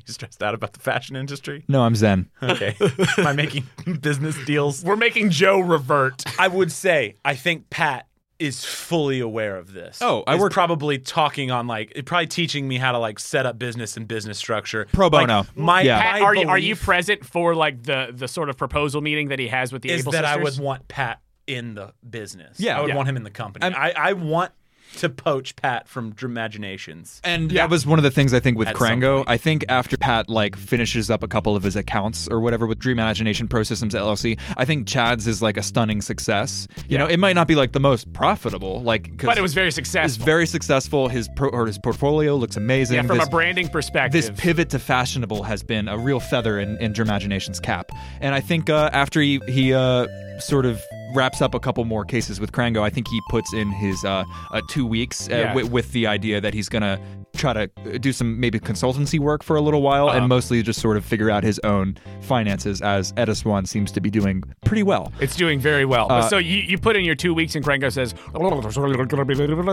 you stressed out about the fashion industry?
No, I'm Zen.
Okay. Am I making business deals?
we're making Joe revert.
I would say I think Pat is fully aware of this.
Oh, I
Is
work-
probably talking on like it probably teaching me how to like set up business and business structure.
Pro
Like,
bono.
my,
Yeah.
Pat,
my
are you are you
belief
present for like the the sort of proposal meeting that he has with the
is
Abel
that I would
sisters?
want Pat in the business.
Yeah.
I would
Yeah.
want him in the company.
I'm-
I, I want to poach Pat from Imaginations.
And
Yeah.
that was one of the things I think with
At some
Krango.
point.
I think after Pat like finishes up a couple of his accounts or whatever with Dream Imagination Pro Systems LLC, I think Chad's is like a stunning success. You know, it might not be like the most profitable, like 'cause
But it was very
it's
successful.
very successful. His pro, or his portfolio looks amazing.
yeah, from
This-
a branding perspective.
this pivot to fashionable has been a real feather in, in Germagination's cap. And I think uh, after he, he uh, sort of wraps up a couple more cases with Krango, I think he puts in his uh, uh, two weeks uh,
Yeah.
wi- with the idea that he's going to try to uh, do some maybe consultancy work for a little while
Uh-huh.
and mostly just sort of figure out his own finances as Edda Swan seems to be doing pretty well.
It's doing very well.
Uh,
so you, you put in your two weeks, and Krenko says,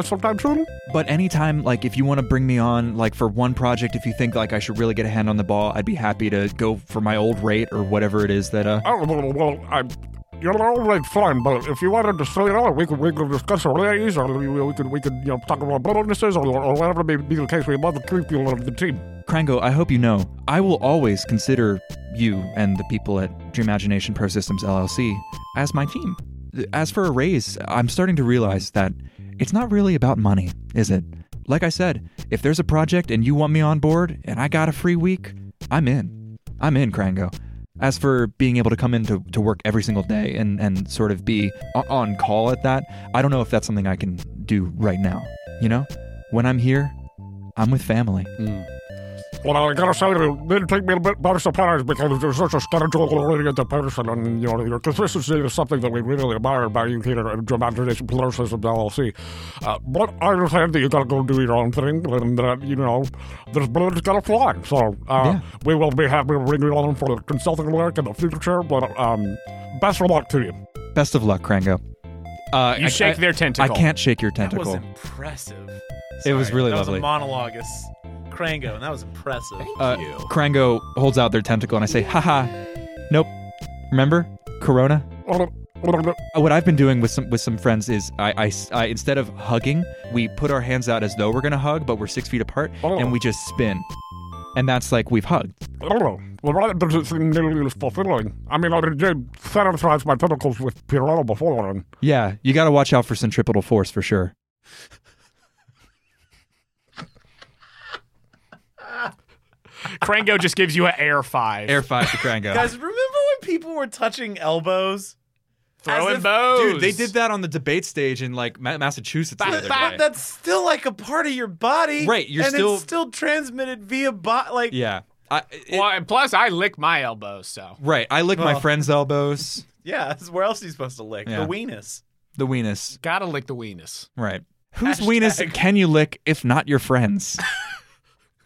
sometime soon.
But anytime, like, if you want to bring me on, like, for one project, if you think, like, I should really get a hand on the ball, I'd be happy to go for my old rate or whatever it is that, uh,
Oh, well, well, I'm. You're all right, fine, but if you wanted to say it all, we could, we could discuss our ladies, or we, we could, we could, you know, talk about bonuses, or, or whatever may be the case. We love the three people of the team.
Krango, I hope you know, I will always consider you and the people at Dream Imagination Pro Systems LLC as my team. As for a raise, I'm starting to realize that it's not really about money, is it? Like I said, if there's a project and you want me on board and I got a free week, I'm in. I'm in, Krango. As for being able to come in to, to work every single day and, and sort of be o- on call at that, I don't know if that's something I can do right now. You know, when I'm here, I'm with family.
Well, I gotta say, it did take me a bit by surprise because you're such a schedule-oriented person, and you know, your consistency is something that we really admire about you here at Dramatization Process of LLC. Uh, but I understand that you gotta go do your own thing, and that, you know, this blood's gotta fly. So, uh,
Yeah.
we will be happy to bring you on for consulting work in the future, but um, best of luck to you.
Best of luck, Krango. Uh,
You shake their tentacle.
I can't shake your
That was
tentacle.
impressive.
It was really
that
lovely.
Was a monologue as Krango, and that was impressive.
Uh, Krango holds out their tentacle, and I say, haha, nope. Remember? Corona? Uh, What I've been doing with some with some friends is I, I s- I- instead of hugging, we put our hands out as though we're gonna hug, but we're six feet apart,
Oh.
and we just spin, and that's like we've hugged.
I don't know. Well, that doesn't seem nearly as fulfilling. I mean, I did satisfy my tentacles with Pirello before, and
Yeah, you gotta watch out for centripetal force for sure.
Krenko just gives you an air five.
Air five to Krango.
Guys, remember when people were touching elbows?
Throwing
As if-
bows.
Dude, they did that on the debate stage in like Ma- Massachusetts. the other
Ba-
day.
That's still like a part of your body,
Right, you're
and
still-
it's still transmitted via bot. Like,
Yeah. I, it-
Well, and plus, I lick my elbows, so.
right. I lick my
Well.
friends' elbows.
yeah, that's where else are you supposed to lick?
Yeah.
The weenus.
The weenus.
Gotta lick the weenus.
Right. Whose
Hashtag-
weenus can you lick if not your friends?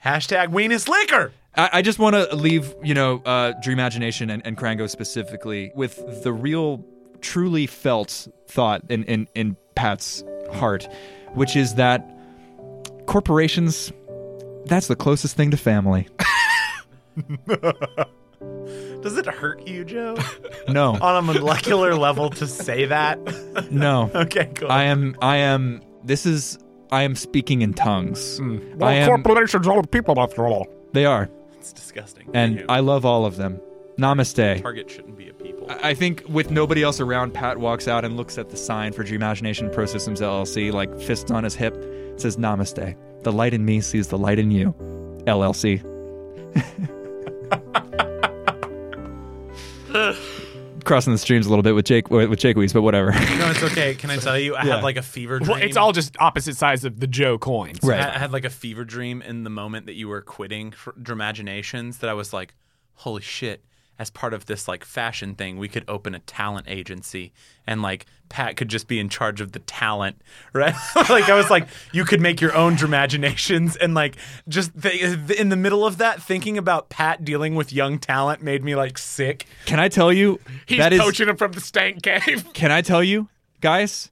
Hashtag weenus liquor.
I, I just want to leave, you know, uh, Dreamagination and, and Krango specifically with the real, truly felt thought in, in, in Pat's heart, which is that corporations, that's the closest thing to family.
Does it hurt you, Joe,
No,
on a molecular level to say that?
Oh, no.
okay, cool.
I am, I am, this is, I am speaking in tongues.
well,
I am,
corporations are people after all.
they are.
it's disgusting.
And
Anywho,
I love all of them. Namaste.
Target shouldn't be a people.
I I think with nobody else around, Pat walks out and looks at the sign for Dream Imagination Pro Systems LLC, like fists on his hip. It says Namaste. The light in me sees the light in you. LLC. Crossing the streams a little bit with Jake with Jake Weiss, but whatever.
No, it's okay. Can I tell you? I had like a fever dream.
Well, it's all just opposite sides of the Joe coins.
Right.
I I had like a fever dream in the moment that you were quitting for Dramaginations that I was like, holy shit, as part of this like fashion thing, we could open a talent agency and like Pat could just be in charge of the talent, right? like I was like, you could make your own imaginations and like just th- in the middle of that, thinking about Pat dealing with young talent made me like sick.
Can I tell you
He's
that is?
poaching him from the stank cave.
Can I tell you, guys?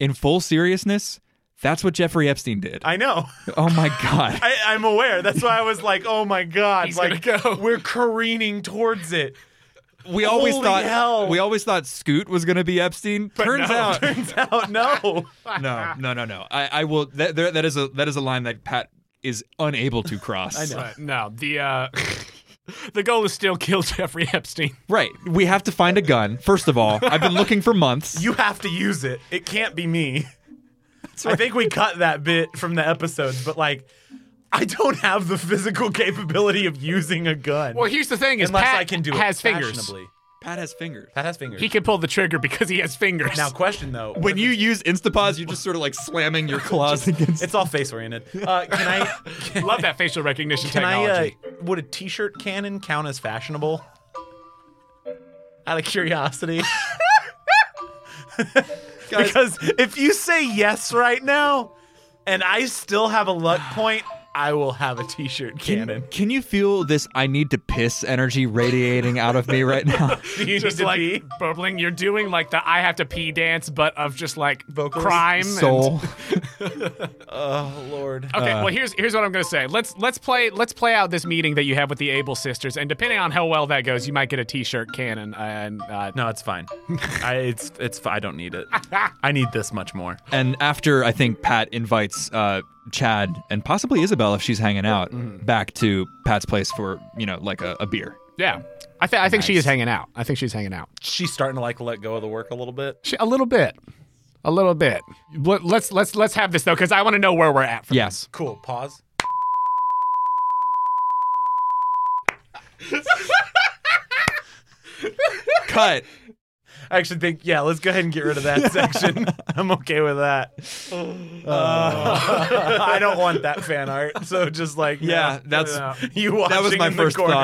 In full seriousness, that's what Jeffrey Epstein did.
I know.
oh my god.
I, I'm aware. That's why I was like, oh my god,
He's
like
gonna go.
we're careening towards it.
we always
Holy
thought
hell.
we always thought Scoot was gonna be Epstein. turns
no.
out
Turns out, no.
no, no, no, no. I, I will. That, there, that is a that is a line that Pat is unable to cross. I know.
But no, the uh, the goal is still kill Jeffrey Epstein.
Right. We have to find a gun. First of all, I've been looking for months.
You have to use it. It can't be me. I think we cut that bit from the episodes, but like, I don't have the physical capability of using a gun.
Well, here's the thing: is
unless
Pat
I can do
has
it
fingers.
fashionably.
Pat has fingers.
Pat has fingers.
He can pull the trigger because he has fingers.
now, question though,
When you use Instapause, you're just sort of like slamming your claws against.
it's all face oriented. Uh, can I? Can,
love that facial recognition
can I? Uh,
technology.
would a T-shirt cannon count as fashionable? Out of curiosity. because if you say yes right now, and I still have a luck point, I will have a T-shirt cannon.
Can you feel this? I need to piss energy radiating out of me right now.
Do you
just
need to
like
pee?
burbling, you're doing like the I have to pee dance, but of just like
Vocals.
crime. and-
Soul.
Oh Lord.
Okay, well here's here's what I'm gonna say. Let's let's play let's play out this meeting that you have with the Able sisters, and depending on how well that goes, you might get a T-shirt cannon. And uh,
No, it's fine. I it's it's I don't need it. I need this much more.
And after I think Pat invites uh, Chad and possibly Isabel if she's hanging out back to Pat's place for you know like a, a beer.
yeah, I, th- I think she is hanging out. I think she's hanging out.
She's starting to like let go of the work a little bit.
She, a little bit, a little bit. Let, let's let's let's have this though, because I want to know where we're at. For
Yes.
Cool. Pause.
Cut.
I actually think yeah. Let's go ahead and get rid of that section. I'm okay with that.
Oh.
Uh, I don't want that fan art. So just like
Yeah,
no,
that's-
no, no. you. Watching
was my
in the
first
corner.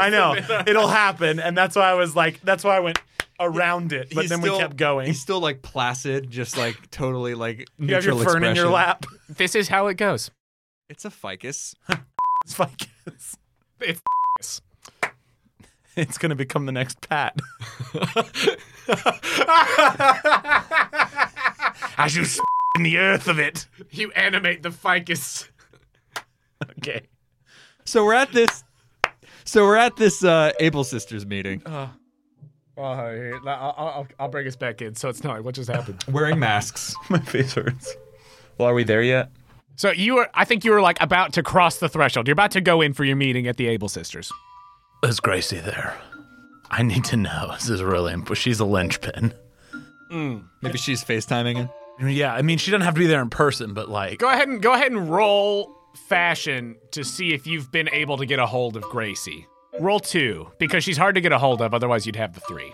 I know it'll happen, and that's why I was like, that's why I went around it, but
He's
then we
still-
kept going.
He's still like placid, just like totally like
You have your
neutral
fern
expression.
in your lap.
this. this is how it goes.
It's a ficus.
It's ficus.
It's
It's gonna become the next Pat. As you s- in the earth of it.
you animate the ficus.
Okay.
So we're at this. So we're at this uh, Able Sisters meeting,
Uh.
Oh, here, I'll, I'll, I'll bring us back in. So it's not like what just happened.
wearing masks.
My face hurts. Well, are we there yet?
so you were, I think you were like about to cross the threshold. You're about to go in for your meeting at the Able Sisters.
Is Gracie there? I need to know. This is really important. She's a linchpin.
Maybe she's FaceTiming him.
Yeah, I mean, she doesn't have to be there in person, but like,
Go ahead and go ahead and roll fashion to see if you've been able to get a hold of Gracie. Roll two because she's hard to get a hold of. Otherwise, you'd have the three.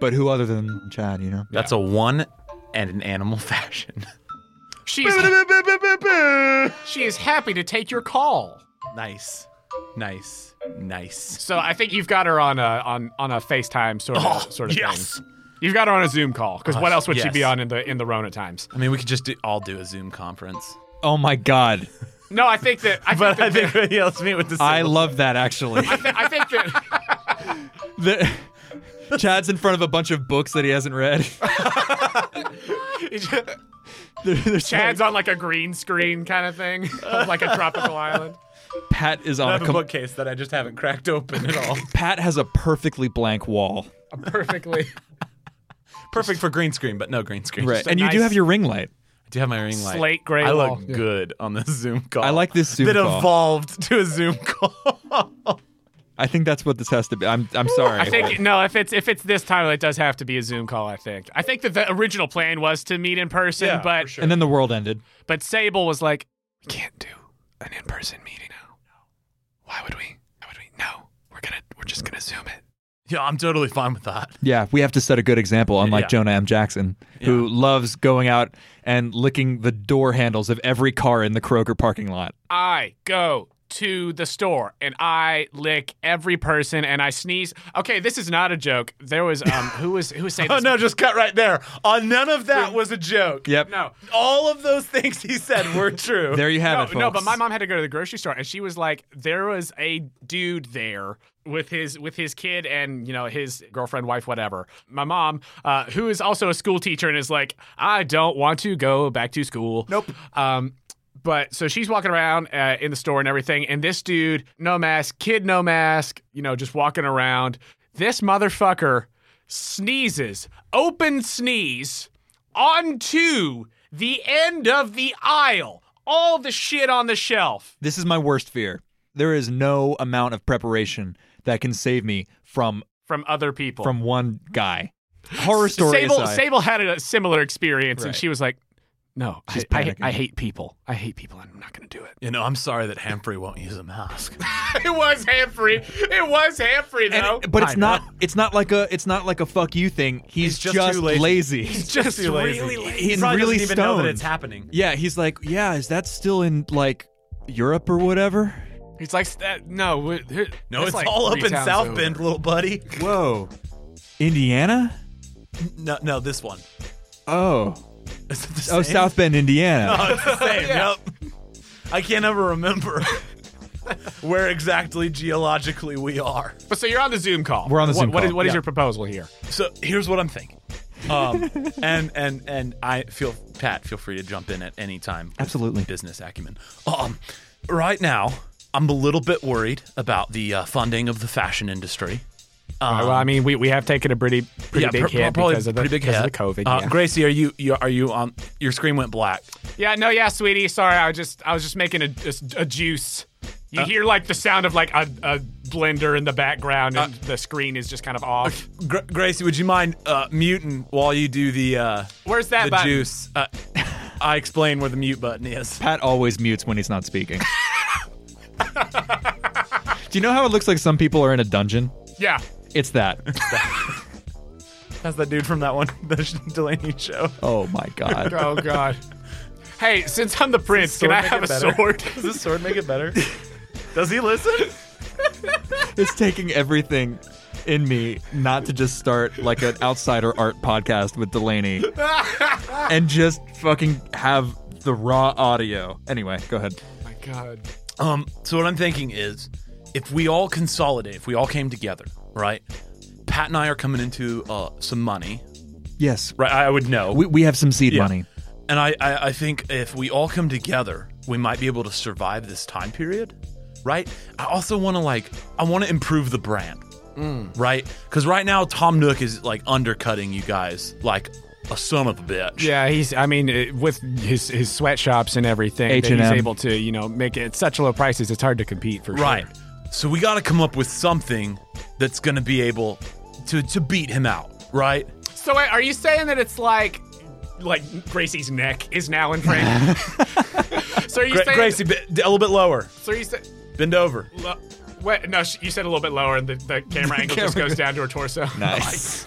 But who other than Chad, you know?
that's a one and an animal fashion.
She is, she is happy to take your call.
nice. Nice. Nice.
So I think you've got her on a on on a FaceTime sort of sort of
Oh, yes. Oh,
thing. You've got her on a Zoom call because what else would she
yes.
be on in the in the Rona times?
I mean, we could just do, all do a Zoom conference.
Oh my god,
No, I think that I think
But I
that,
think yeah, let's meet with the.
I love that actually.
I think that
The- Chad's in front of a bunch of books that he hasn't read. There- there's
Chad's on like a green screen kind of thing, of like a tropical island.
like- Pat is
I
on
have
a
a
com-
bookcase that I just haven't cracked open at all.
Pat has a perfectly blank wall.
Perfectly.
Perfect for green screen, but no green screen.
Right.
Just-
And you do
nice-
have your ring light.
I do have my ring light.
Slate gray
I
wall.
look
Yeah.
good on this Zoom call.
I like this Zoom
that
call.
evolved to a Zoom call.
I think that's what this has to be. I'm I'm sorry.
I think no, if it's if it's this time, it does have to be a Zoom call. I think. I think that the original plan was to meet in person,
Yeah,
but
for sure.
and then the world ended.
but Sable was like, we can't do an in person meeting now. Why would we? Why would we? No, we're gonna we're just gonna Zoom it.
yeah, I'm totally fine with that.
Yeah, we have to set a good example, unlike
Yeah.
Jonah M. Jackson, who loves going out and licking the door handles of every car in the Kroger parking lot.
I go to the store and I lick every person and I sneeze. Okay, this is not a joke. There was um who was who was saying
Oh
this?
no, just cut right there. Uh, none of that was a joke.
Yep.
No.
All of those things he said were true.
There you have
No,
it, folks.
no, but my mom had to go to the grocery store and she was like there was a dude there with his with his kid and you know his girlfriend, wife, whatever. My mom, uh, who is also a school teacher and is like I don't want to go back to school.
Nope.
Um but so she's walking around uh, in the store and everything, and this dude, no mask, kid, no mask, you know, just walking around. This motherfucker sneezes, open sneeze, onto the end of the aisle, all the shit on the shelf.
This is my worst fear. There is no amount of preparation that can save me from
From other people.
from one guy. Horror story
Sable,
aside.
Sable had a similar experience, and
Right.
she was like, "No, I,
She's
I,
panicking.
I hate people. I hate people. I'm not going to do it."
You know, I'm sorry that Humphrey won't use a mask.
it was Hamfrey. It was Hamfrey,
And-
though.
but it's
I know.
not it's not like a it's not like a fuck you thing. He's,
He's just too
lazy.
lazy.
just really
He
He probably
really
doesn't even know that
stoned.
it's happening.
Yeah, he's like, yeah, is that still in like Europe or whatever?
He's like, "St- uh, no, we're, here-
No,
that's
it's
like
all up
three
in
towns
South
over.
Bend, little buddy.
Whoa, Indiana?
No, no, this one.
Oh,
Is it the
oh,
same?
South Bend, Indiana.
Oh, it's the same. Yep. I can't ever remember where exactly geologically we are.
But so you're on the Zoom call.
We're on the
What-
Zoom
What is,
call,
what is
yeah.
your proposal here?
So here's what I'm thinking. Um, and and and I feel Pat, feel free to jump in at any time. with
Absolutely.
business acumen. Um, right now, I'm a little bit worried about the uh, funding of the fashion industry.
well, Uh, I mean, we, we have taken a pretty pretty big
Um, pr- pr-
hit because of the,
pretty big
because
hit.
of the COVID.
Uh,
yeah.
Gracie, are you, you are you on? Your screen went black.
yeah, no, yeah, sweetie. Sorry, I was just I was just making a, a- a juice. You
Uh.
hear like the sound of like a, a blender in the background,
Uh.
and the screen is just kind of off.
Gr- Gracie, would you mind uh, muting while you do the uh,
Where's that
the
button?
juice? Uh, I explain where the mute button is.
Pat always mutes when he's not speaking. Do you know how it looks like some people are in a dungeon?
Yeah,
It's that.
That's that dude from that one, the Delaney show.
Oh my god.
Oh God. hey, since I'm the prince, can
sword
I
make
have a
it better?
sword?
Does this sword make it better? Does he listen?
It's taking everything in me not to just start like an outsider art podcast with Delaney and just fucking have the raw audio. Anyway, go ahead.
my God.
Um, so what I'm thinking is, if we all consolidate, if we all came together, right? Pat and I are coming into uh, some money,
Yes.
right? I I would know.
We, we have some seed
Yeah.
money.
And I, I, I think if we all come together, we might be able to survive this time period, right? I also want to like, I want to improve the brand, right? Because right now Tom Nook is like undercutting you guys like a son of a bitch.
Yeah, he's. I mean, uh, with his his sweatshops and everything, that
H&M.
he's able to you know make it at such low prices. It's hard to compete for
Right.
sure.
So we got to come up with something that's going to be able to to beat him out, right?
So wait, are you saying that it's like like Gracie's neck is now in frame? so are you
Gra-
saying?
Gracie, b- a little bit lower.
So are you saying?
Bend over.
Lo- wait, no, sh- you said a little bit lower, and the, the camera angle just goes down to her torso.
Nice.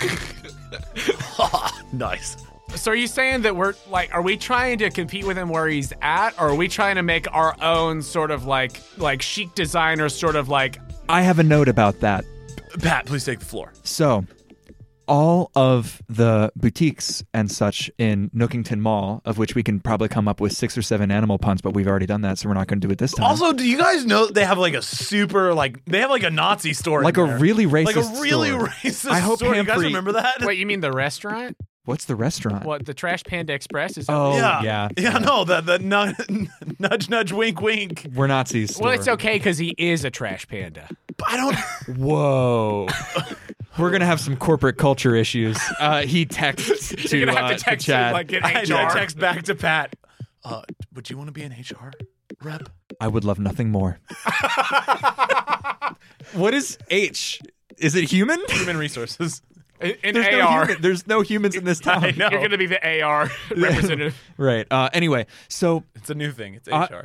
nice.
So are you saying that we're like, are we trying to compete with him where he's at, or are we trying to make our own sort of like like chic designer sort of like?
I have a note about that.
Pat, please take the floor.
So, all of the boutiques and such in Nookington Mall, of which we can probably come up with six or seven animal puns, but we've already done that, so we're not going to do it this time.
Also, do you guys know that they have like a super like they have like a Nazi store, in
like a
there?
really racist,
like a really
store.
racist.
I hope
store. you guys
Humphrey-
remember that?
Wait, you mean the restaurant?
What's the restaurant?
What the Trash Panda Express is?
Oh yeah.
yeah, No, the the nu- nudge, nudge, wink, wink.
We're Nazis. Store.
well, it's okay because he is a trash panda.
I don't.
Whoa. We're gonna have some corporate culture issues. Uh, he texts to,
You're gonna
uh,
have to text
to Chad.
him, like get
I,
HR.
I text back to Pat. Uh, would you want to be an HR rep?
I would love nothing more. what is H? Is it human?
Human resources.
In- in
There's no,
AR.
human- there's no humans in this town.
I know.
You're gonna be the AR representative.
Right. Uh, anyway, so
It's a new thing. It's HR.
Uh,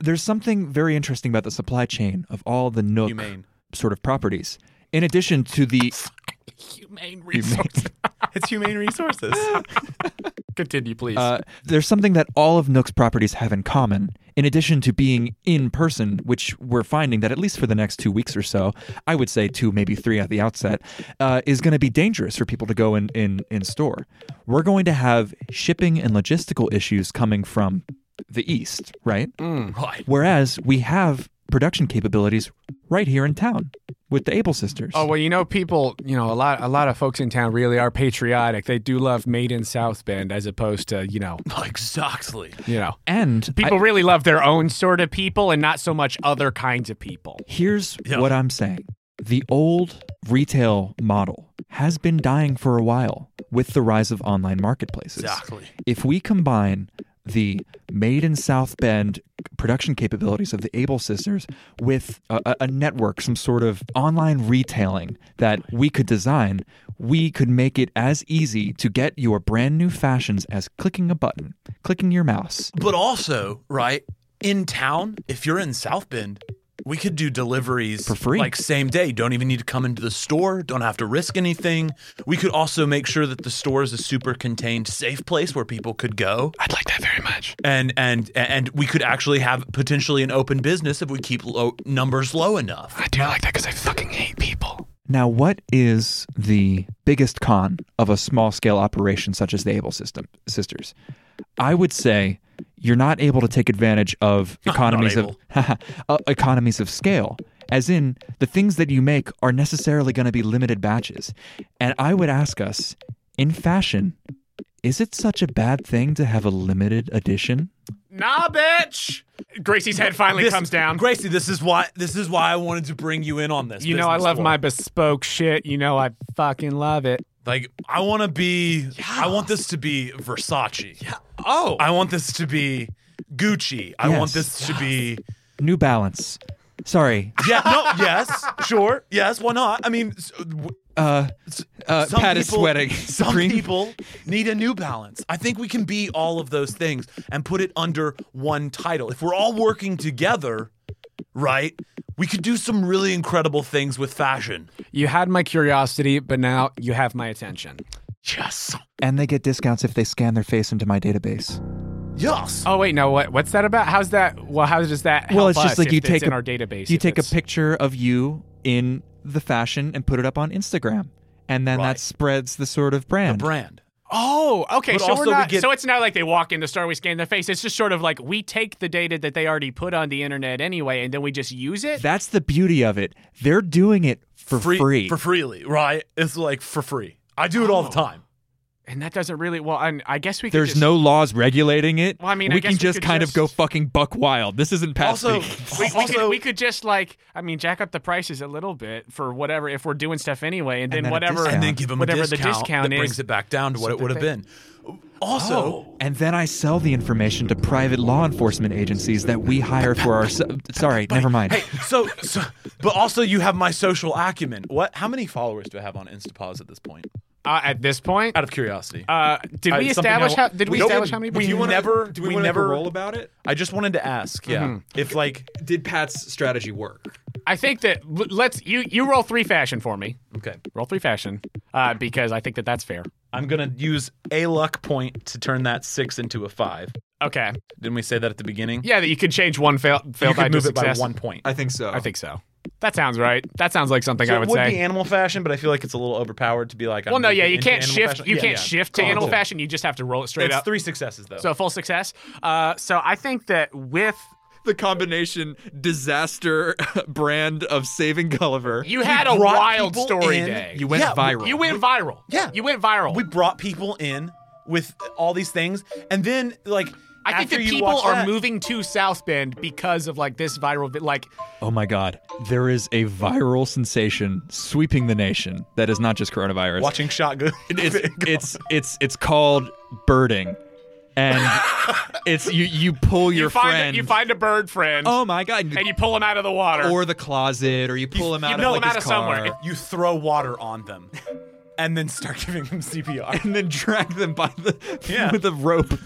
there's something very interesting about the supply chain of all the Nook
Humane.
sort of properties. In addition to the
Humane resource.
It's humane resources.
Continue, please.
Uh, there's something that all of Nook's properties have in common. In addition to being in person, which we're finding that at least for the next two weeks or so, I would say two, maybe three at the outset, uh, is going to be dangerous for people to go in, in, in store. We're going to have shipping and logistical issues coming from the east, right?
Mm-hmm. right.
Whereas we have production capabilities right here in town with the Abel sisters.
Oh well, you know, people, you know, a lot, a lot of folks in town really are patriotic. They do love Made in South Bend as opposed to, you know,
Exactly.
you know,
and I-
people really love their own sort of people and not so much other kinds of people.
Here's
Yeah.
what I'm saying the old retail model has been dying for a while with the rise of online marketplaces.
Exactly.
If we combine the made in South Bend production capabilities of the Abel sisters with a, a- a network, some sort of online retailing that we could design, we could make it as easy to get your brand new fashions as clicking a button, clicking your mouse.
But also, right, in town, if you're in South Bend, we could do deliveries
For free.
like same day. Don't even need to come into the store. Don't have to risk anything. We could also make sure that the store is a super contained, safe place where people could go.
I'd like that very much.
and and and we could actually have potentially an open business if we keep low, numbers low enough.
I do like that because I fucking hate people.
Now, what is the biggest con of a small scale operation such as the Able System Sisters? I would say you're not able to take advantage of economies of
able.
uh, economies of scale. As in, the things that you make are necessarily going to be limited batches. And I would ask us, in fashion, is it such a bad thing to have a limited edition?
Nah, bitch. Gracie's head finally
This-
comes down.
Gracie. This is why this is why I wanted to bring you in on this.
you know, I
business
love
world.
my bespoke shit. You know, I fucking love it.
like. I want to be. I want this to be Versace. Oh,
Uh,
I want this to be Gucci. I want
Yes.
this to be.
New Balance. Sorry,
Yeah. No. yes. Sure. Yes. Why not? I mean, s- w-
uh, uh,
Some
Pat is
people-
sweating.
Some
Green-
people need a new balance. I think we can be all of those things and put it under one title. If we're all working together, right, we could do some really incredible things with fashion.
You had my curiosity, but now you have my attention.
Yes.
and they get discounts if they scan their face into my database.
Yes.
Oh wait, no. What? What's that about? How's that? Well, how does that?
Well,
help
it's just
us
like
if
you
it's
take
in
a-
our database.
you
if
take a
it's-
picture of you in the fashion and put it up on Instagram, and then
Right.
that spreads the sort of brand.
Brand.
Oh, okay.
But
so
also
we're
we
not,
get-
so it's not like they walk in the store, we scan their face. It's just sort of like we take the data that they already put on the internet anyway, and then we just use it.
That's the beauty of it. They're doing it for free.
For freely, right? It's like for free. I do it all the
Oh.
time.
and that doesn't really well. And I guess we could
There's
just-
no laws regulating it.
Well, I mean, I
we
guess
can
we
just
could
kind
just-
of go fucking buck wild. This isn't past
Also,
week.
We, we could,
Also-
we could just like I mean jack up the prices a little bit for whatever if we're doing stuff anyway, and then,
then a
whatever
discount.
And then give them
whatever
a discount,
the discount
that
is. Oh.
brings it back down to what it would have been. Also,
And then I sell the information to private law enforcement agencies that we hire for our. Sorry, never mind.
Hey, so, so, but also you have my social acumen. What? How many followers do I have on Instapause at this point?
uh, at this point.
Out of curiosity,
Uh, did
Uh, something
we establish
I-
how? Did we
Nope.
establish how many?
We
people-
never.
Do
we,
wanna make a
never.
roll about it?
I just wanted to ask. Yeah,
Mm-hmm.
if like,
Did Pat's strategy work?
I think that l- let's you you roll three fashion for me.
okay,
Roll three fashion uh, because I think that that's fair.
I'm gonna use a luck point to turn that six into a five.
Okay.
Didn't we say that at the beginning?
Yeah, that you could change one fail, failed
you could
die to
move it by
success.
one point.
I think so.
I think so. That sounds right. That sounds like something
So
I would,
it would
say.
be animal fashion, but I feel like it's a little overpowered to be like. I
well, no,
moved
yeah,
it
you
into
can't
animal
shift.
fashion.
You
Yeah,
can't
yeah.
shift to
Cool,
animal
cool.
fashion. You just have to roll it straight
That's
up.
three successes though.
so full success. Uh, so I think that with
the combination disaster brand of saving Gulliver.
you had a
brought
wild
people
story
in.
day.
You went
Yeah,
viral.
You went viral.
Yeah.
you went viral.
we brought people in with all these things, and then like
I think
after
that
you
people
watch
are
that-
moving to South Bend because of like this viral. vi- Like
oh my God. There is a viral sensation sweeping the nation that is not just coronavirus.
watching shotgun.
It's it's it's it's called birding. And it's you you pull your
you find
friend.
you find a bird friend
oh my god.
and you pull him out of the water.
or the closet or you pull him
you
out
pull
of like
him out
his
of
car.
somewhere.
you throw water on them and then start giving them CPR.
And then drag them by the
Yeah.
with a rope.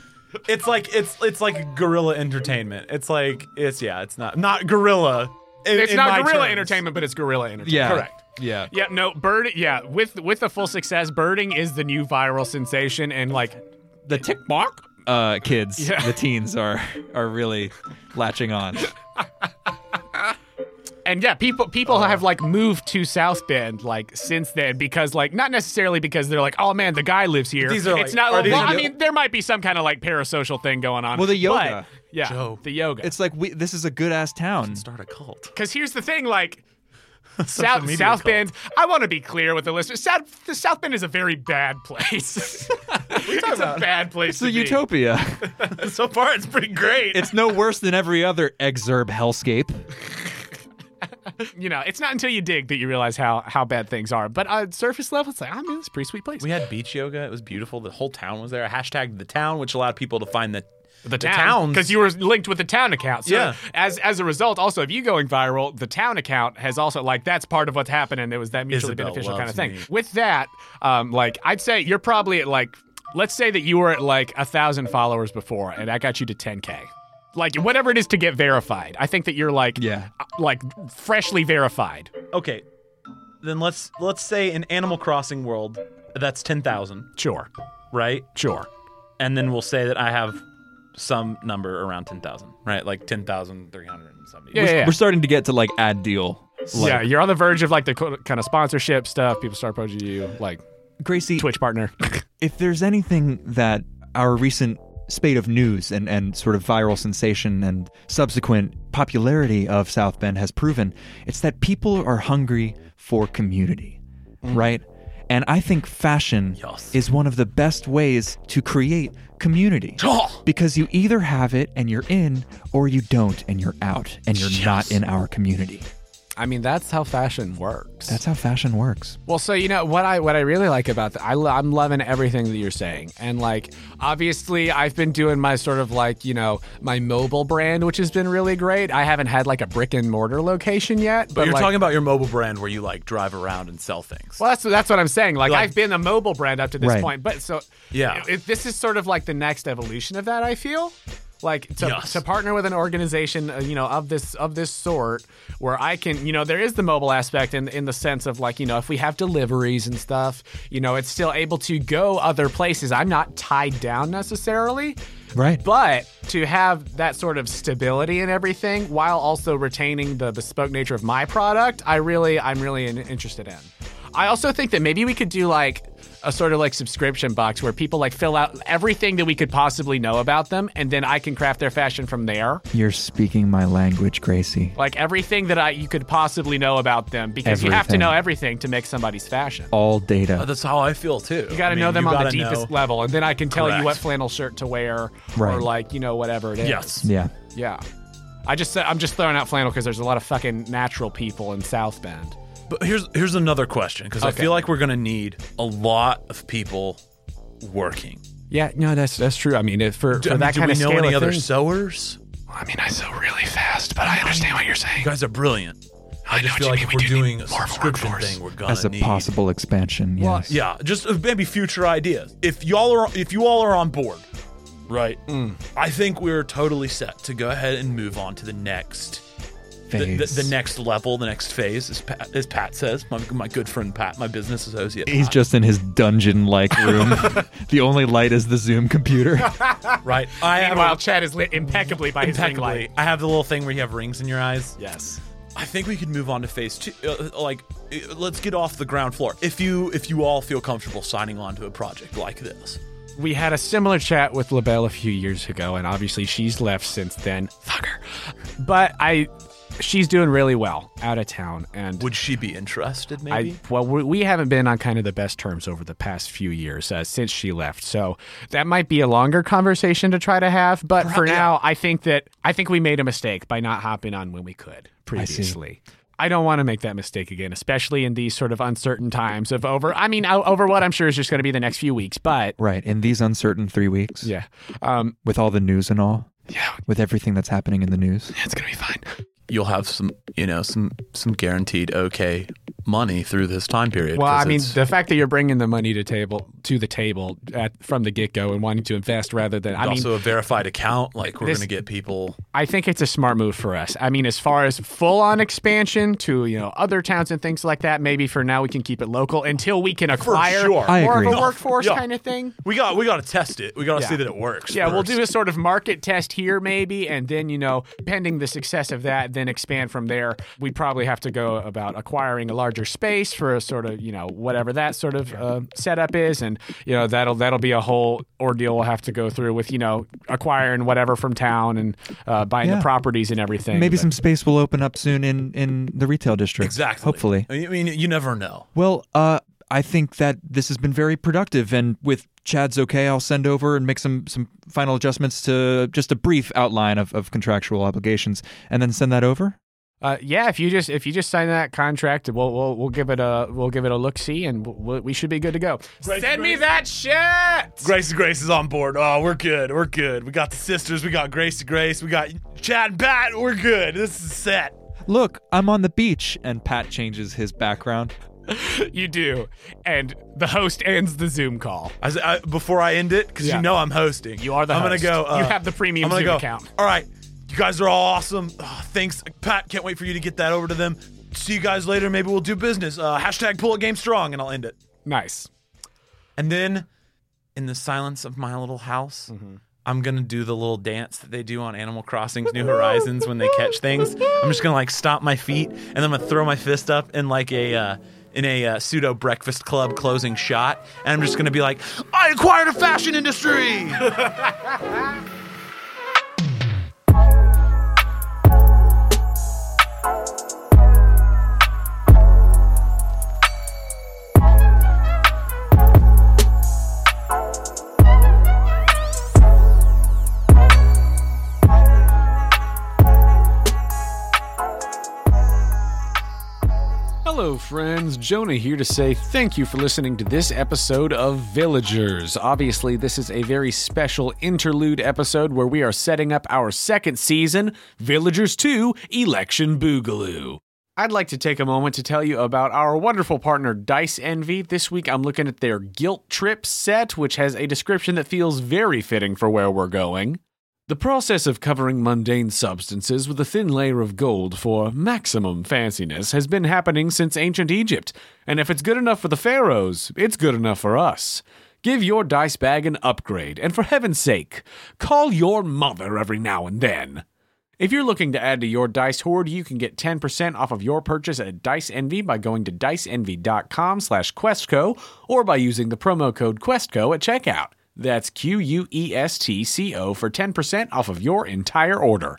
It's like it's it's like guerrilla entertainment. It's like it's yeah, it's not not guerrilla. in-
it's
in
not
my
guerrilla
terms.
entertainment, but it's guerrilla entertainment.
Yeah.
correct.
Yeah.
Yeah, no, bird. Yeah, with with a full success, birding is the new viral sensation, and like,
The tick mark uh, kids,
Yeah.
the teens are are really latching on.
and yeah, people people have like moved to South Bend like since then because like not necessarily because they're like, oh man, the guy lives here.
These are, like-
it's not.
are these
well,
the-
I mean, there might be some kind of like parasocial thing going on.
Well, the
but,
yoga.
yeah, the yoga.
It's like we, this is a good ass town.
Start a cult.
Because here's the thing, like. South,
media
South
cult.
Bend. I want to be clear with the listeners. South, the South Bend is a very bad place. it's a bad place.
It's
to
a
be.
utopia.
so far, it's pretty great.
it's no worse than every other exurb hellscape.
you know, it's not until you dig that you realize how how bad things are. But on surface level, it's like, I mean, it's a pretty sweet place.
we had beach yoga. It was beautiful. The whole town was there. I hashtag the town, which allowed people to find the the, towns.
because you were linked with the town account. So
Yeah.
As as a result, also of you going viral, the town account has also like that's part of what's happened, and there was that mutually
Isabel
beneficial kind
loves
of thing.
me.
With that, um, like I'd say you're probably at like, let's say that you were at like a thousand followers before, and that got you to 10k. Like whatever it is to get verified, I think that you're like
Yeah.
uh, like freshly verified.
okay. Then let's let's say in Animal Crossing world, that's ten thousand,
Sure,
right?
sure.
And then we'll say that I have some number around ten thousand, right? Like ten thousand three hundred and seventy.
Yeah, yeah, yeah.
We're starting to get to like ad deal. Like,
yeah, you're on the verge of like the co- kind of sponsorship stuff. People start approaching you, like
Gracie,
Twitch partner.
if there's anything that our recent spate of news and, and sort of viral sensation and subsequent popularity of South Bend has proven, it's that people are hungry for community, right? And I think fashion
Yes.
is one of the best ways to create community.
Oh!
Because you either have it and you're in, or you don't and you're out and you're not in our community.
I mean, that's how fashion works.
That's how fashion works.
well, so you know what I what I really like about that. I lo- I'm loving everything that you're saying, and like obviously I've been doing my sort of like you know my mobile brand, which has been really great. I haven't had like a brick and mortar location yet, but,
But you're
like,
talking about your mobile brand where you like drive around and sell things.
Well, that's that's what I'm saying. Like,
Like-
I've been a mobile brand up to this
Right.
point, but so
Yeah.
it- this is sort of like the next evolution of that. I feel like to,
Yes.
to partner with an organization, uh, you know, of this of this sort, where I can, you know, there is the mobile aspect in in the sense of like, you know, if we have deliveries and stuff, you know, it's still able to go other places. I'm not tied down necessarily.
Right.
But to have that sort of stability and everything while also retaining the bespoke nature of my product, I really, I'm really in- interested in. I also think that maybe we could do like a sort of like subscription box where people like fill out everything that we could possibly know about them and then I can craft their fashion from there.
You're speaking my language, Gracie.
Like everything that I you could possibly know about them because you have to
Everything. Oh,
know everything to make somebody's fashion.
All data.
Uh, that's how I feel too.
You got to know them on the deepest level and then I can tell
Correct.
you what flannel shirt to wear or
Right.
like, you know, whatever it is.
Yes.
yeah.
Yeah. I just said I'm just throwing out flannel because there's a lot of fucking natural people in South Bend.
But here's here's another question because I
Okay.
feel like we're gonna need a lot of people working.
Yeah, no, that's that's true. I mean, if for,
Do, I mean, do we know any other sewers?
I mean, I sew really fast, but I understand what you're
You
saying.
guys are brilliant. I, just feel like if we're doing a subscription thing, we're gonna
As a
need.
possible expansion, yes.
Yeah, just uh, maybe future ideas. If y'all are if you all are on board, right?
Mm.
I think we're totally set to go ahead and move on to the next the, the,
phase.
the next level, the next phase, as Pat, as Pat says, my, my good friend Pat, my business associate.
He's just in his dungeon-like room. the only light is the Zoom computer.
right. I have
Meanwhile, Chad is lit impeccably by his ring
impeccably.
light.
I have the little thing where you have rings in your eyes.
Yes.
I think we could move on to phase two. Uh, like, uh, let's get off the ground floor. If you if you all feel comfortable signing on to a project like this,
We had a similar chat with LaBelle a few years ago, and obviously she's left since then. Fuck her. But I, she's doing really well out of town, and
would she be interested? Maybe.
I, well, we, we haven't been on kind of the best terms over the past few years uh, since she left, so that might be a longer conversation to try to have. But for now, I think that I think we made a mistake by not hopping on when we could previously. I don't want to make that mistake again, especially in these sort of uncertain times of over. I mean, o- over what I'm sure is just going to be the next few weeks, but
right, in these uncertain three weeks,
yeah, um,
with all the news and all,
yeah,
with everything that's happening in the news.
it's going to be fine.
You'll have some, you know, some some guaranteed okay money through this time period.
Well,
'cause
I mean,
it's-
the fact that you're bringing the money to table to the table at, from the get go and wanting to invest rather than I mean,
also a verified account. Like we're
this-
going to get people
I think it's a smart move for us. I mean, as far as full on expansion to you know other towns and things like that, maybe for now we can keep it local until we can acquire
sure.
I
more of
agree.
a workforce
Yeah.
kind of thing.
We got we got to test it. We got to
Yeah.
see that it works.
Yeah, we we'll
first.
do a sort of market test here, maybe, and then you know, pending the success of that, then expand from there. We probably have to go about acquiring a larger space for a sort of you know whatever that sort of uh, setup is, and you know that'll that'll be a whole ordeal we'll have to go through with you know acquiring whatever from town and uh, buying
Yeah.
the properties and everything.
Maybe
But-
some space will open up soon in in the retail district.
Exactly.
Hopefully.
I mean, you never know.
Well, uh, I think that this has been very productive, and with Chad's okay, I'll send over and make some some final adjustments to just a brief outline of, of contractual obligations, and then send that over.
Uh, yeah, if you just if you just sign that contract, we'll we'll, we'll give it a we'll give it a look see, and we'll, we should be good to go. Send me that shit.
Grace Grace is on board. Oh, we're good. We're good. We got the sisters. We got Grace Grace. We got Chad and Pat. We're good. This is set.
Look, I'm on the beach, and Pat changes his background.
You do, and the host ends the Zoom call.
I, s- I- before I end it, because
Yeah.
you know I'm hosting.
You are the
I'm
host.
gonna go. Uh,
You have the premium
I'm gonna
Zoom
go,
account.
All right, you guys are all awesome. Oh, thanks, Pat. Can't wait for you to get that over to them. See you guys later. Maybe we'll do business. Uh, hashtag pull it game strong, and I'll end it.
Nice.
And then, in the silence of my little house, I'm gonna do the little dance that they do on Animal Crossing's New Horizons when they catch things. I'm just gonna like stomp my feet, and I'm gonna throw my fist up in like a uh, in a uh, pseudo Breakfast Club closing shot, and I'm just gonna be like, "I acquired a fashion industry."
Hello, friends. Jonah here to say thank you for listening to this episode of Villagers. Obviously, this is a very special interlude episode where we are setting up our second season, Villagers 2 Election Boogaloo. I'd like to take a moment to tell you about our wonderful partner, Dice Envy. This week I'm looking at their Guilt Trip set, which has a description that feels very fitting for where we're going. The process of covering mundane substances with a thin layer of gold for maximum fanciness has been happening since ancient Egypt, and if it's good enough for the pharaohs, it's good enough for us. Give your dice bag an upgrade, and for heaven's sake, call your mother every now and then. If you're looking to add to your dice hoard, you can get 10% off of your purchase at Dice Envy by going to diceenvy.com slash questco or by using the promo code questco at checkout. That's E Q-U-E-S-T-C-O for 10% off of your entire order.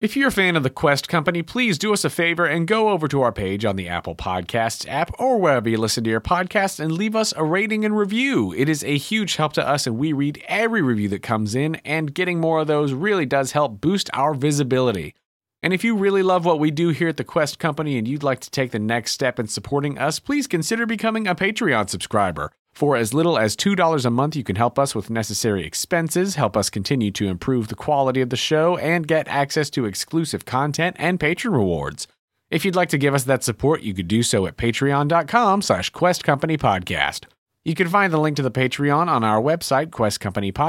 If you're a fan of the Quest Company, please do us a favor and go over to our page on the Apple Podcasts app or wherever you listen to your podcast and leave us a rating and review. It is a huge help to us, and we read every review that comes in, and getting more of those really does help boost our visibility. And if you really love what we do here at the Quest Company and you'd like to take the next step in supporting us, please consider becoming a Patreon subscriber. For as little as $2 a month, you can help us with necessary expenses, help us continue to improve the quality of the show, and get access to exclusive content and patron rewards. If you'd like to give us that support, you could do so at patreon.com slash quest company podcast. You can find the link to the Patreon on our website,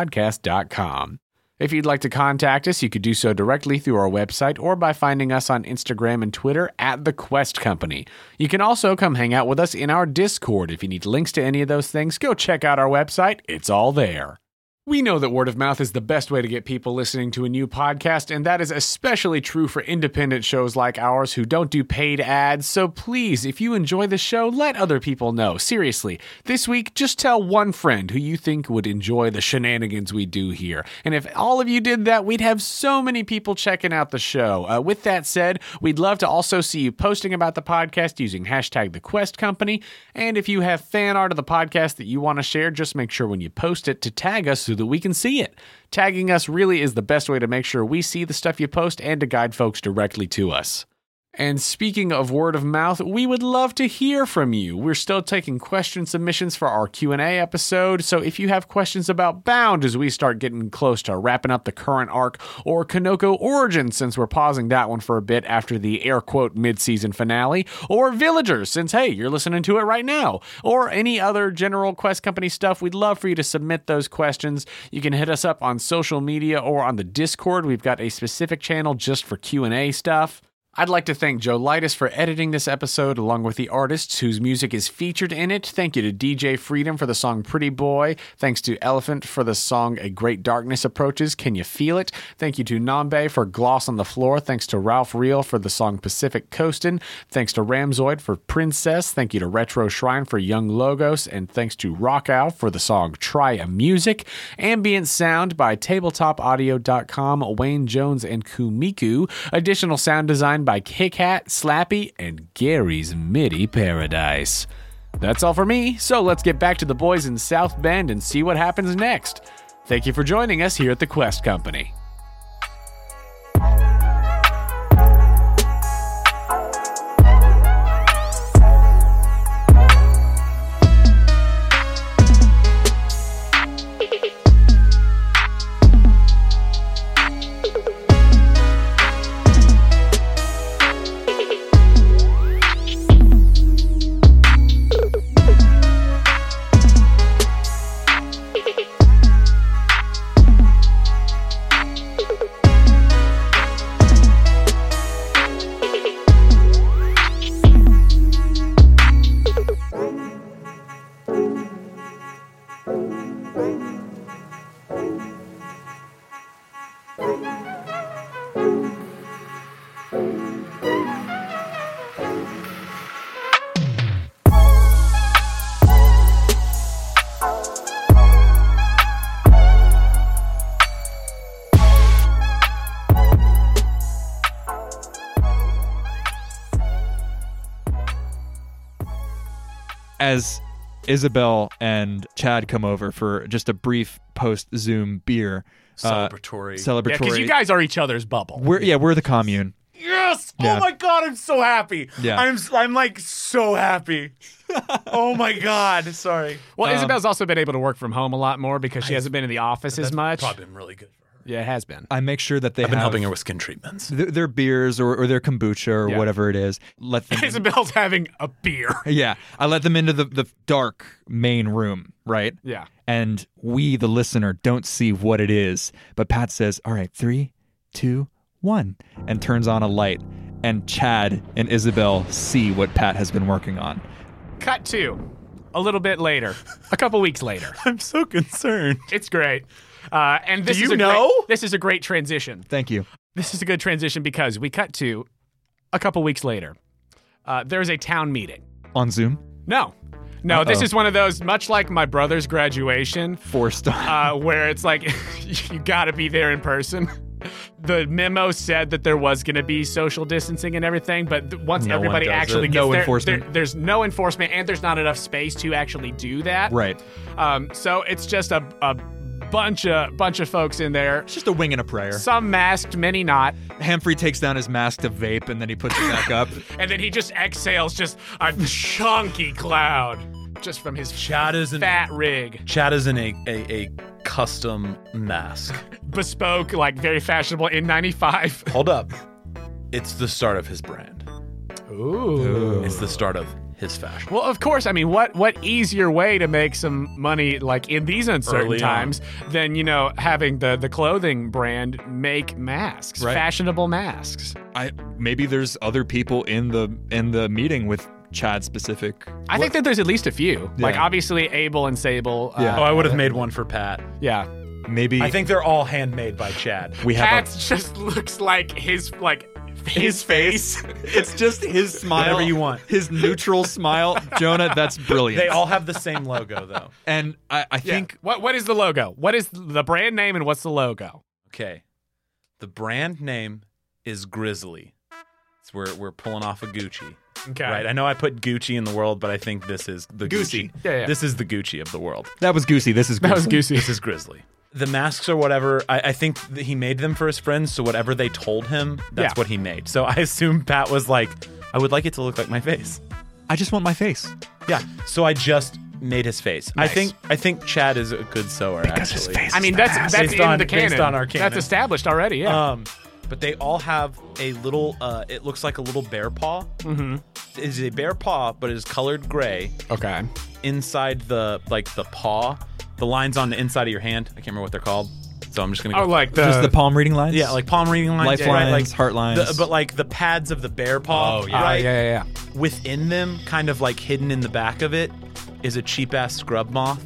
questcompanypodcast.com. If you'd like to contact us, you could do so directly through our website or by finding us on Instagram and Twitter at The Quest Company. You can also come hang out with us in our Discord. If you need links to any of those things, go check out our website. It's all there. We know that word of mouth is the best way to get people listening to a new podcast, and that is especially true for independent shows like ours who don't do paid ads. So please, if you enjoy the show, let other people know. Seriously, this week, just tell one friend who you think would enjoy the shenanigans we do here. And if all of you did that, we'd have so many people checking out the show. Uh, with that said, we'd love to also see you posting about the podcast using hashtag the Quest Company. And if you have fan art of the podcast that you want to share, just make sure when you post it to tag us so that we can see it. Tagging us really is the best way to make sure we see the stuff you post and to guide folks directly to us. And speaking of word of mouth, we would love to hear from you. We're still taking question submissions for our Q&A episode, so if you have questions about Bound as we start getting close to wrapping up the current arc or Kanoko Origin since we're pausing that one for a bit after the air quote mid-season finale, or Villagers since hey, you're listening to it right now, or any other general Quest Company stuff, we'd love for you to submit those questions. You can hit us up on social media or on the Discord. We've got a specific channel just for Q&A stuff. I'd like to thank Joe Lightis for editing this episode along with the artists whose music is featured in it. Thank you to DJ Freedom for the song Pretty Boy. Thanks to Elephant for the song A Great Darkness Approaches. Can you feel it? Thank you to Nambe for Gloss on the Floor. Thanks to Ralph Reel for the song Pacific Coastin. Thanks to Ramzoid for Princess. Thank you to Retro Shrine for Young Logos. And thanks to Rockow for the song Try a Music. Ambient sound by tabletopaudio.com, Wayne Jones and Kumiku. Additional sound design by Kickhat, Slappy, and Gary's MIDI Paradise. That's all for me, so let's get back to the boys in South Bend and see what happens next. Thank you for joining us here at the Quest Company.
as Isabel and Chad come over for just a brief post Zoom beer uh,
Celebratory.
Yeah, because
celebratory.
you guys are each other's bubble.
we're yeah, we're the commune.
Yes!
Yeah.
Oh my god, I'm so happy.
Yeah.
I'm I'm like so happy. oh my god, sorry.
Well, Isabel's also been able to work from home a lot more because she hasn't been in the office as much.
Probably been really good for her.
Yeah, it has been.
I make sure that they
I've been
have
helping her with skin treatments.
th- their beers or, or their kombucha or
Yeah.
whatever it is. Let them in-
Isabel's having a beer.
yeah, I let them into the, the dark main room, right?
Yeah.
And we, the listener, don't see what it is. But Pat says, All right, three, two, one, and turns on a light. And Chad and Isabel see what Pat has been working on.
Cut to a little bit later, a couple weeks later.
I'm so concerned.
It's great. Uh, and this
Do
is
you
a
know?
Great, this is a great transition.
Thank you.
This is a good transition because we cut to a couple weeks later. Uh, there is a town meeting.
On Zoom,
No, no, this
Uh-oh.
is one of those much like my brother's graduation,
four star.
uh, where it's like you got to be there in person. The memo said that there was going to be social distancing and everything, but th- once
No one
everybody
does
actually
it.
gets
No
there,
enforcement.
there- there's no enforcement, and there's not enough space to actually do that.
right.
Um, so it's just a, a bunch of bunch of folks in there.
It's just a wing and a prayer.
Some masked, many not.
Hamfrey takes down his mask to vape and then he puts it back up.
And then he just exhales just a chunky cloud just from his
Chad is in
fat rig.
Chad is in a, a, a custom mask.
Bespoke, like very fashionable in 95.
Hold up. It's the start of his brand.
Ooh.
It's the start of his fashion.
Well, of course. I mean, what what easier way to make some money like in these uncertain
Early on.
times than you know having the the clothing brand make masks,
Right.
fashionable masks.
I maybe there's other people in the in the meeting with Chad specific.
I think that there's at least a few. Like
Yeah.
obviously Abel and Sable. uh,
Yeah.
Oh, I would have made one for Pat.
yeah.
Maybe
I think they're all handmade by Chad.
we have
Pat just looks like his like his face.
It's just his smile.
Whatever you want.
His neutral smile. Jonah, that's brilliant.
They all have the same logo, though.
and I, I
Yeah.
think
what what is the logo? What is the brand name and what's the logo?
Okay. The brand name is Grizzly. It's where we're pulling off a Gucci.
Okay.
Right. I know I put Gucci in the world, but I think this is the
Goosey.
Gucci.
Yeah, yeah.
This is the Gucci of the world.
that was Goosey. This is Goosey.
That was Goosey.
This is Grizzly. the masks or whatever, I, I think that he made them for his friends. So whatever they told him, that's
Yeah.
what he made. So I assume Pat was like, I would like it to look like my face.
I just want my face.
Yeah. So I just made his face. I think I think Chad is a good sewer because actually.
I mean, that's that's
Based
in
on-
the canon.
based on our canon.
That's established already. Yeah.
Um, but they all have a little. Uh, it looks like a little bear paw. Mm-hmm. It is a bear paw, but it is colored gray
okay.
inside the like the paw. The lines on the inside of your hand. I can't remember what they're called. So I'm just gonna. Go
Oh, like the,
just the palm reading lines.
Yeah, like palm reading lines,
Life
right?
lines,
like
heart lines.
the, but like the pads of the bear paw,
Oh,
Ah,
yeah.
right?
Yeah, yeah,
Within them, kind of like hidden in the back of it, is a cheap ass scrub moth.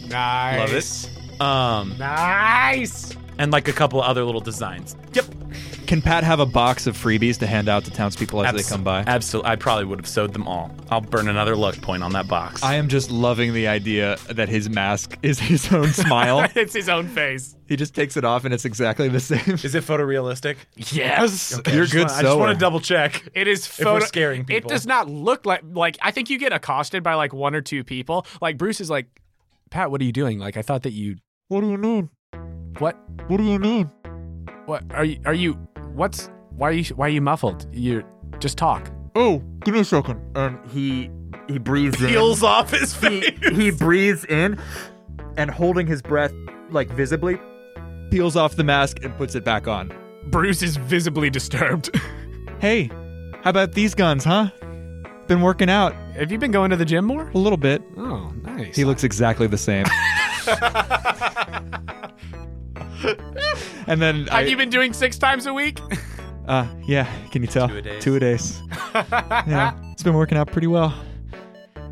yeah. Nice.
Love it. Um,
Nice.
and like a couple of other little designs. Yep.
Can Pat have a box of freebies to hand out to townspeople as
Abso-
they come by?
Absolutely. I probably would have sewed them all. I'll burn another luck point on that box.
I am just loving the idea that his mask is his own smile.
It's his own face.
he just takes it off and it's exactly the same.
is it photorealistic?
Yes.
You're good
I just want
sewer.
to double check.
It is
If
photo
we're scaring people.
It does not look like like I think you get accosted by like one or two people. Like Bruce is like, Pat, what are you doing? Like I thought that you
What do you need?
what
What do you need?
what are you are you what's why are you why are you muffled? You just talk.
Oh, give me a second. And he he breathes in.
peels off his face.
he breathes in and holding his breath like visibly peels off the mask and puts it back on
Bruce is visibly disturbed.
hey how about these guns huh been working out
Have you been going to the gym more?
a little bit
Oh, nice.
he looks exactly the same and then
Have
I,
you been doing six times a week?
uh yeah can you tell
Two-a-days.
a days yeah it's been working out pretty well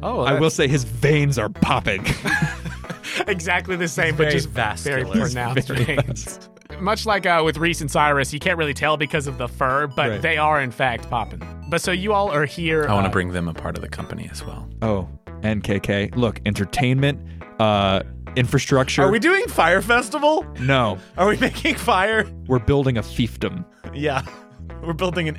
Oh,
i will say his veins are popping
exactly the same, but
very
just
vascular.
very pronounced veins. Much like uh, with Reese and Cyrus, you can't really tell because of the fur, but
Right.
they are in fact popping. But so you all are here.
I want
uh,
to bring them a part of the company as well.
oh nkk look entertainment uh infrastructure
Are we doing Fire Festival?
no
Are we making fire?
we're building a fiefdom
Yeah. We're building an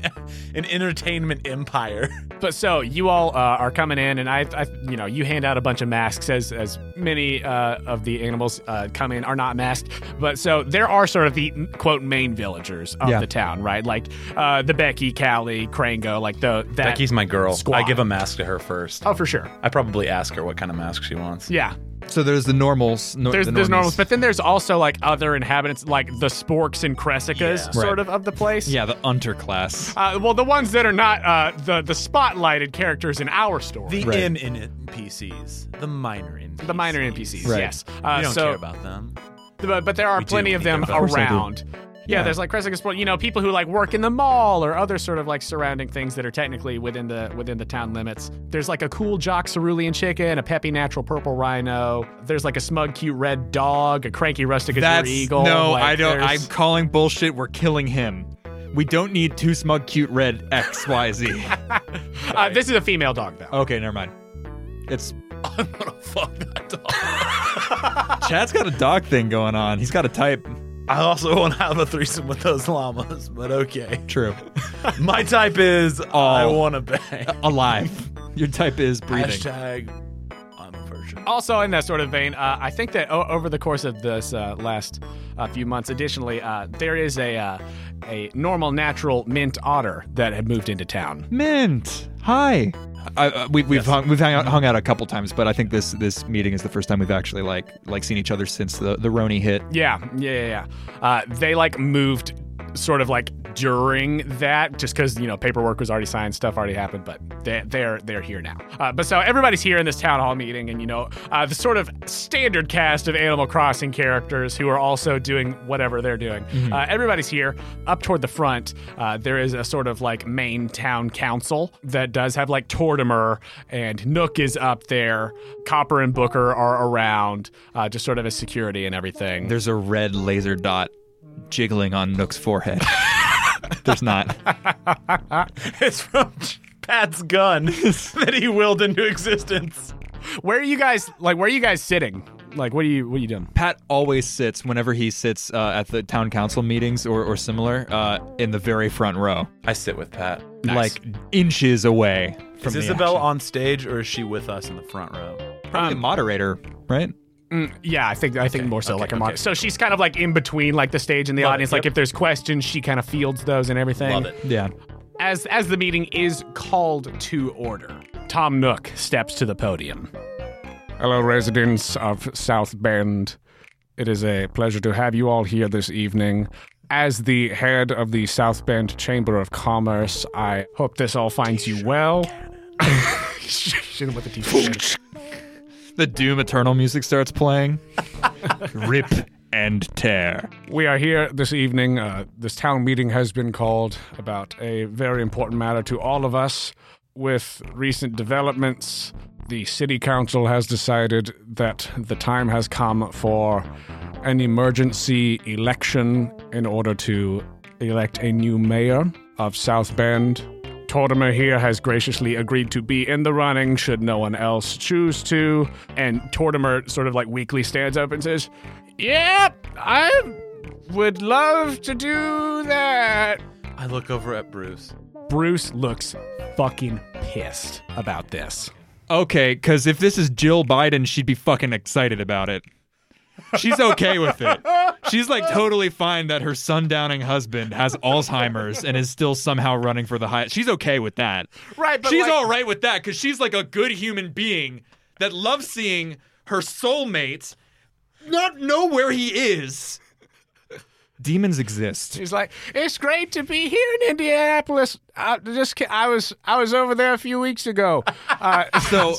an entertainment empire.
But so you all uh, are coming in, and I, I, you know, you hand out a bunch of masks as as many uh, of the animals uh, come in are not masked. But so there are sort of the quote main villagers of
Yeah.
the town, right? Like uh, the Becky, Callie, Crango, like the that.
Becky's my girl.
Squad.
I give a mask to her first.
oh, for sure.
I probably ask her what kind of mask she wants.
Yeah,
So there's the normals. No,
there's
the
there's
normies.
normals, but then there's also like other inhabitants, like the sporks and cressicas,
Yeah.
sort
Right.
of of the place.
yeah, the underclass.
Uh, well, the ones that are not uh, the the spotlighted characters in our story.
The
Right.
in in NPCs, the minor NPCs,
the minor NPCs,
Right.
yes. Uh,
We don't
so,
care about them.
But, but there are
We do
plenty
when
of
you
them
go vote.
Of course I do.
around. Yeah,
Yeah.
there's like Cressica Sport, you know, people who like work in the mall or other sort of like surrounding things that are technically within the within the town limits. There's like a cool jock cerulean chicken, a peppy natural purple rhino. There's like a smug cute red dog, a cranky rustic azure
That's
eagle.
no,
Like,
I don't.
there's-
I'm calling bullshit. We're killing him. We don't need two smug, cute, red X Y Z.
uh, this is a female dog though.
okay, never mind. It's
I'm gonna fuck that dog.
Chad's got a dog thing going on. He's got a type.
I also want to have a threesome with those llamas, but okay.
True.
My type is I want to bang.
Alive. Your type is breathing.
Hashtag I'm a virgin.
Also, in that sort of vein, uh, I think that o- over the course of this uh, last uh, few months, additionally, uh, there is a uh, a normal, natural mint otter that had moved into town.
Mint. Hi. I, uh, we, we've hung, we've hung out, hung out a couple times, but I think this this meeting is the first time we've actually like like seen each other since the the Roni hit.
Yeah, yeah, yeah. yeah. Uh, they like moved sort of like during that just because you know paperwork was already signed stuff already happened but they, they're they're here now uh, but so everybody's here in this town hall meeting and you know uh, the sort of standard cast of animal crossing characters who are also doing whatever they're doing uh, everybody's here up toward the front uh, there is a sort of like main town council that does have like tortimer and nook is up there copper and booker are around uh, just sort of as security and everything
There's a red laser dot jiggling on Nook's forehead. There's not.
It's from Pat's gun that he willed into existence.
Where are you guys? Like, where are you guys sitting? Like, what are you? What are you doing?
Pat always sits whenever he sits uh, at the town council meetings or, or similar uh, in the very front row,
I sit with Pat.
like inches away from
Is
the
Isabel on stage or is she with us in the front row?
probably a moderator, right?
Yeah, I think I think more so like a model. So she's kind of like in between like the stage and the
Love it,
audience. Like
yep.
if there's questions, she kind of fields those and everything.
Love it.
Yeah.
As as the meeting is called to order, Tom Nook steps to the podium.
Hello, residents of South Bend. It is a pleasure to have you all here this evening. As the head of the South Bend Chamber of Commerce, I hope this all finds you well.
Shit him with the t-shirt.
The Doom Eternal music starts playing. Rip and tear.
We are here this evening. Uh, this town meeting has been called about a very important matter to all of us. With recent developments, the city council has decided that the time has come for an emergency election in order to elect a new mayor of South Bend. Tortimer here has graciously agreed to be in the running should no one else choose to. And Tortimer sort of like weakly stands up and says, Yep, I would love to do that.
I look over at Bruce.
Bruce looks fucking pissed about this.
Okay, because if this is Jill Biden, she'd be fucking excited about it. She's okay with it. She's like totally fine that her sundowning husband has Alzheimer's and is still somehow running for the high. She's okay with that.
Right, but
she's
like-
all right with that because she's like a good human being that loves seeing her soulmate not know where he is. Demons exist.
He's like, it's great to be here in Indianapolis. I just, ki- I was, I was over there a few weeks ago. Uh,
So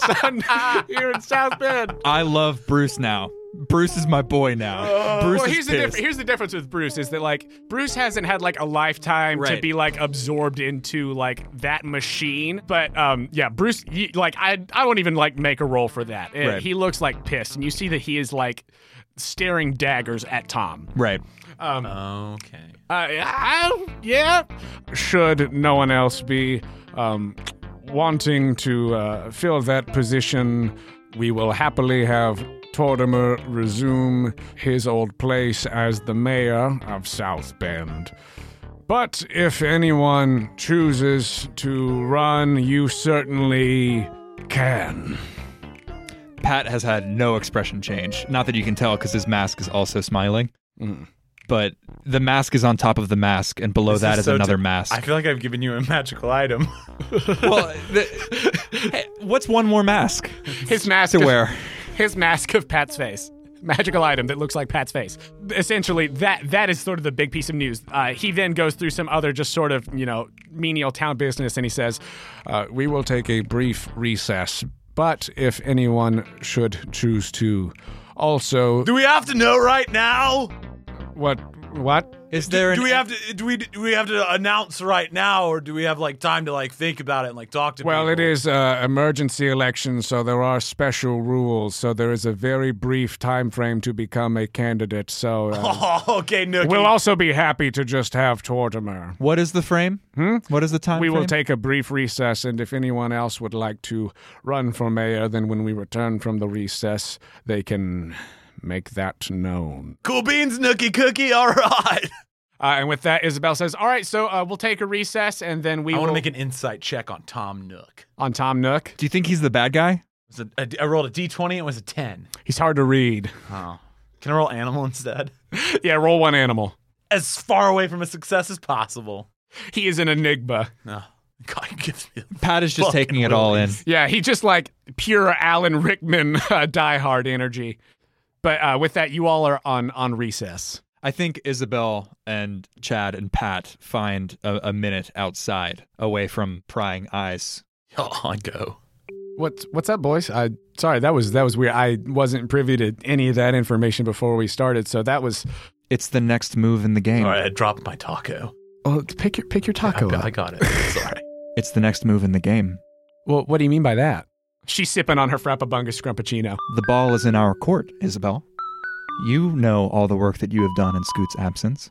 here in South Bend.
I love Bruce now. Bruce is my boy now. Bruce
Well,
is
here's the,
pissed.
diff- here's the difference with Bruce is that like Bruce hasn't had like a lifetime to
Right.
be like absorbed into like that machine. But um, yeah, Bruce, y like I I don't even like make a roll for that. It-
Right.
He looks like pissed, and you see that he is like staring daggers at Tom.
right.
Okay.
Uh, I, yeah,
Should no one else be um, wanting to uh, fill that position, we will happily have Tortimer resume his old place as the mayor of South Bend. But if anyone chooses to run, you certainly can.
Pat has had no expression change. Not that you can tell because his mask is also smiling. Mm. But the mask is on top of the mask, and below that
is
is,
so
another
di-
mask.
I feel like I've given you a magical item.
well, the, hey, what's one more mask
his mask
to
of-
wear?
his mask of Pat's face. Magical item that looks like Pat's face. Essentially, that that is sort of the big piece of news. Uh, he then goes through some other just sort of you know menial town business, and he says,
Uh, we will take a brief recess, but if anyone should choose to also.
Do we have to know right now?
what? What?
Is there?
Do we
e-
an- e-
have to? Do we? Do we have to announce right now, or do we have like time to like think about it and like talk to?
Well, it
people?
is uh, emergency election, so there are special rules. So there is a very brief time frame to become a candidate. So uh,
Oh, okay, Nookie.
we'll also be happy to just have Tortimer.
What is the frame? Hmm? What is the time?
We will
frame?
take a brief recess, and if anyone else would like to run for mayor, then when we return from the recess, they can make that known.
cool beans, Nookie Cookie. All right.
uh, and with that, Isabel says, "All right, so uh, we'll take a recess, and then we
I want
will
to make an insight check on Tom Nook.
on Tom Nook.
Do you think he's the bad guy?
It was a- I rolled a d20. It was a 10.
He's hard to read.
Oh. Can I roll animal instead?
yeah, roll one animal.
As far away from a success as possible.
He is an enigma.
No. God gives me.
Pat is just
Fucking
taking it all in.
Yeah, he just like pure Alan Rickman uh, diehard energy. But uh, with that, you all are on on recess."
I think Isabel and Chad and Pat find a, a minute outside, away from prying eyes.
Oh, I go.
What's what's up, boys? I sorry that was that was weird. I wasn't privy to any of that information before we started, so that was.
It's the next move in the game.
All right, I dropped my taco.
Oh, pick your pick your taco
I, I
up.
got it. Sorry.
It's the next move in the game.
Well, what do you mean by that?
She's sipping on her Frappabunga Scrumpuccino.
The ball is in our court, Isabel. You know all the work that you have done in Scoot's absence.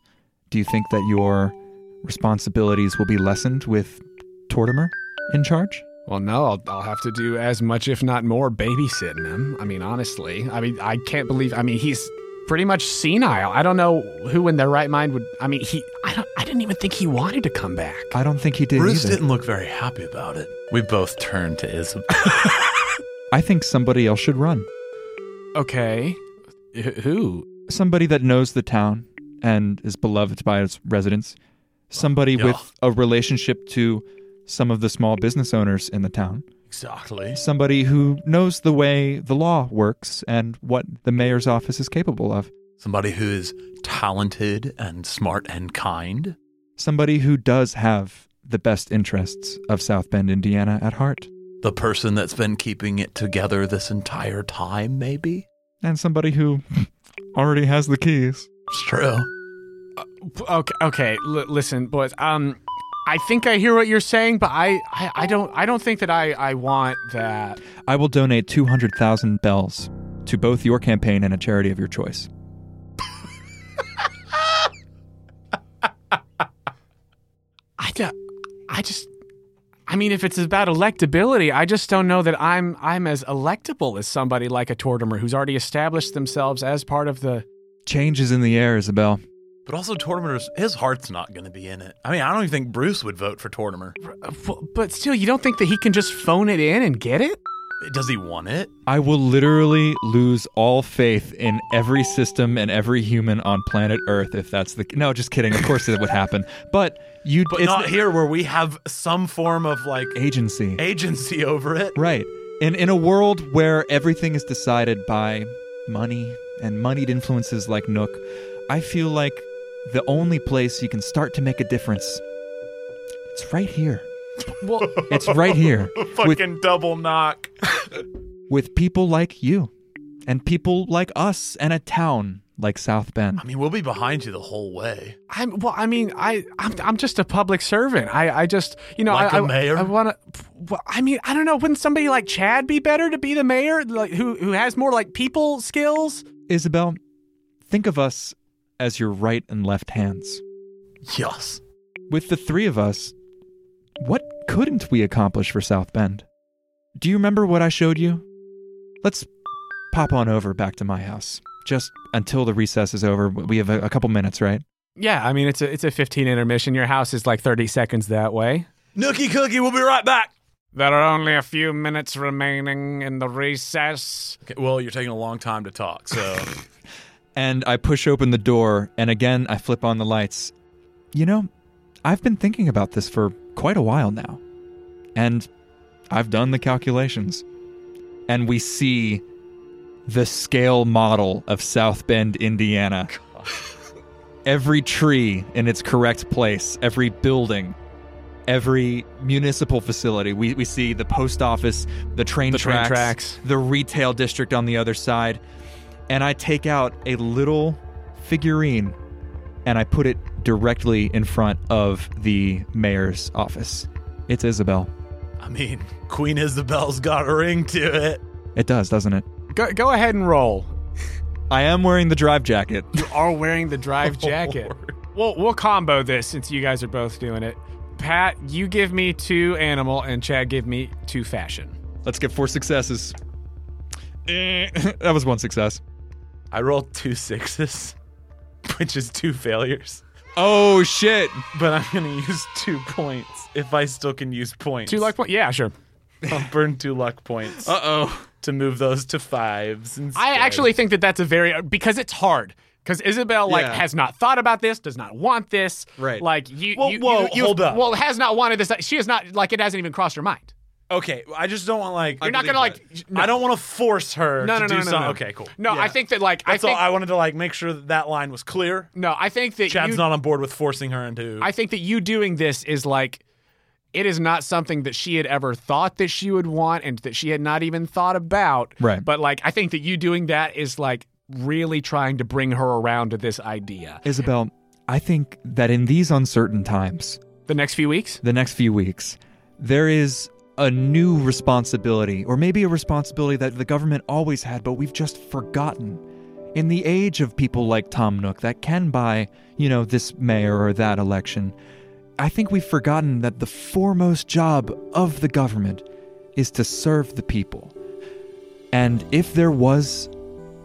Do you think that your responsibilities will be lessened with Tortimer in charge?
Well, no, I'll, I'll have to do as much, if not more, babysitting him. I mean, honestly, I mean, I can't believe. I mean, he's pretty much senile. I don't know who in their right mind would. I mean, he. I don't. I didn't even think he wanted to come back.
I don't think he did
Bruce
either.
didn't look very happy about it. We both turned to Isabel.
I think somebody else should run.
Okay,
who?
Somebody that knows the town and is beloved by its residents. Somebody
Yeah.
with a relationship to some of the small business owners in the town.
Exactly.
Somebody who knows the way the law works and what the mayor's office is capable of.
Somebody who is talented and smart and kind.
Somebody who does have the best interests of South Bend, Indiana at heart.
The person that's been keeping it together this entire time, maybe?
And somebody who already has the keys.
It's true.
Okay, okay. L- listen, boys. Um, I think I hear what you're saying, but I, I, I don't, I don't think that I, I want that.
I will donate 200,000 bells to both your campaign and a charity of your choice.
I, do, I just, I mean, if it's about electability, I just don't know that I'm, I'm as electable as somebody like a Tortimer who's already established themselves as part of the.
Change is in the air, Isabel.
But also, Tortimer's, his heart's not going to be in it. I mean, I don't even think Bruce would vote for Tortimer.
uh, But still, you don't think that he can just phone it in and get it?
Does he want it?
I will literally lose all faith in every system and every human on planet Earth if that's the. No, just kidding. Of course, it would happen. But you.
But
it's
not
the
here where we have some form of like
agency.
agency over it.
Right. In in a world where everything is decided by money and moneyed influences like Nook, I feel like the only place you can start to make a difference. It's right here.
Well,
It's right here. with,
double knock.
with people like you and people like us and a town like South Bend.
I mean, we'll be behind you the whole way.
I'm well. I mean, I I'm, I'm just a public servant. I I just you know
Like
I,
a
I-
mayor?
I want to. Well, I mean, I don't know. Wouldn't somebody like Chad be better to be the mayor? Like who who has more like people skills?
Isabel, think of us as your right and left hands.
Yes.
With the three of us, what couldn't we accomplish for South Bend? Do you remember what I showed you? Let's pop on over back to my house. Just until the recess is over. We have a, a couple minutes, right?
Yeah, I mean it's a it's a 15 intermission. Your house is like 30 seconds that way.
Nookie Cookie, we'll be right back.
There are only a few minutes remaining in the recess.
Okay, well, you're taking a long time to talk, so
And I push open the door, and again, I flip on the lights. You know, I've been thinking about this for quite a while now. And I've done the calculations. And we see the scale model of South Bend, Indiana. Every tree in its correct place, every building, every municipal facility. We, we see the post office, the train,
The train
tracks,
tracks.
the retail district on the other side. And I take out a little figurine and I put it directly in front of the mayor's office. It's Isabel.
I mean, Queen Isabel's got a ring to it.
It does, doesn't it?
Go go ahead and roll.
I am wearing the drive jacket.
You are wearing the drive
Oh,
jacket. We'll we'll combo this since you guys are both doing it. Pat, you give me two animal, and Chad give me two fashion.
Let's get four successes. Eh, that was one success.
I rolled two sixes, which is two failures.
Oh shit.
But I'm gonna use two points if I still can use points.
Two luck point? Yeah, sure.
I'll burn two luck points
Uh-oh.
to move those to fives. Instead.
I actually think that that's a very because it's hard. Because Isabel like
Yeah.
has not thought about this, does not want this.
Right.
Like you.
Whoa,
you,
whoa,
you- you-
hold up.
Well, has not wanted this. She has not like it hasn't even crossed her mind.
okay. I just don't want like.
You're not gonna
believe
like. No.
I don't want to force her.
No,
to
no,
do
no, no, no,
some-
no.
Okay, cool.
No, I think that like
That's
I think
all. I wanted to like make sure that that line was clear.
no, I think that
Chad's
you,
not on board with forcing her into.
I think that you doing this is like it is not something that she had ever thought that she would want and that she had not even thought about.
Right.
But like I think that you doing that is like really trying to bring her around to this idea.
Isabel, I think that in these uncertain times,
The next few weeks?
the next few weeks, there is a new responsibility, or maybe a responsibility that the government always had, but we've just forgotten. In the age of people like Tom Nook that can buy, you know, this mayor or that election, I think we've forgotten that the foremost job of the government is to serve the people. And if there was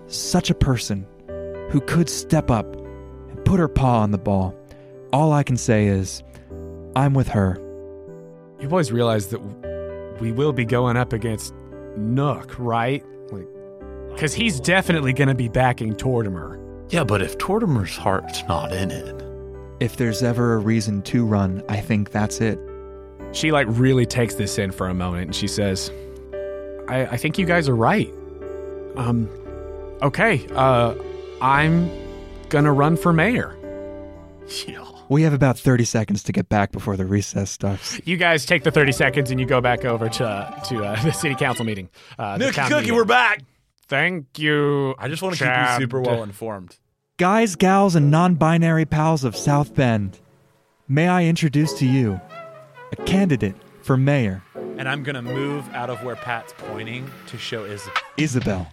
such a person who could step up and put her paw on the ball, all I can say is, I'm with her.
You boys realize that we will be going up against Nook, right? Like Because he's definitely going to be backing Tortimer.
Yeah, but if Tortimer's heart's not in it,
If there's ever a reason to run, I think that's it.
She like really takes this in for a moment and she says, I, I think you guys are right. Um, okay, uh, I'm gonna run for mayor.
yeah.
We have about 30 seconds to get back before the recess starts.
You guys take the 30 seconds and you go back over to to uh, the city council meeting. Uh, the
Nookie
town
Cookie,
meeting.
we're back.
Thank you.
I just want to
Chad.
keep you super well informed.
Guys, gals, and non binary pals of South Bend, may I introduce to you a candidate for mayor,
And I'm gonna move out of where Pat's pointing to show Isabel.
Isabel.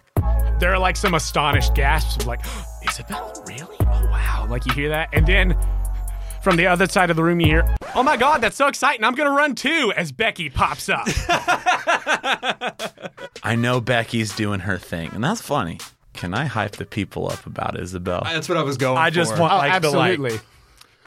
There are like some astonished gasps of like, Isabel, really? Oh wow! Like you hear that, and then from the other side of the room you hear, Oh my God, that's so exciting! I'm gonna run too as Becky pops up.
I know Becky's doing her thing, and that's funny. Can I hype the people up about Isabel?
That's what I was going
I just want
Oh,
like
absolutely.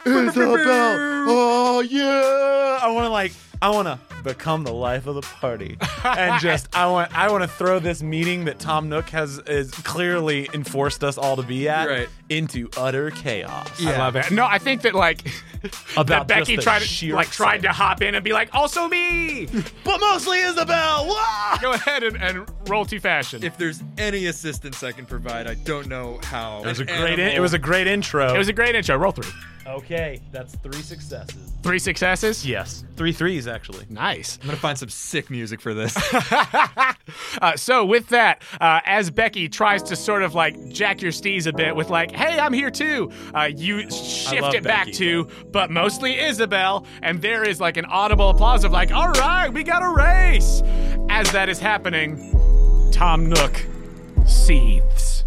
the like. Oh yeah! I want to like. I want to become the life of the party, and just I want I want to throw this meeting that Tom Nook has is clearly enforced us all to be at
Right.
into utter chaos.
I love it. No, I think that like that
About just
Becky
the
tried to
sheer
like tried to hop in and be like, also me.
But mostly Isabel. Wah!
Go ahead and, and roll to fashion.
If there's any assistance I can provide, I don't know how.
It was a great. In, it was a great intro.
it was a great intro. Roll three.
okay, that's three successes.
Three successes.
Yes, three threes actually.
Nice.
I'm gonna find some sick music for this.
Uh, so with that, uh, as Becky tries to sort of like jack your steez a bit with like, "Hey, I'm here too," uh, you shift
love
it back
Becky,
to, but mostly Isabel, and there is like an audible applause of like, "All right, we got a race." As that is happening, Tom Nook seethes.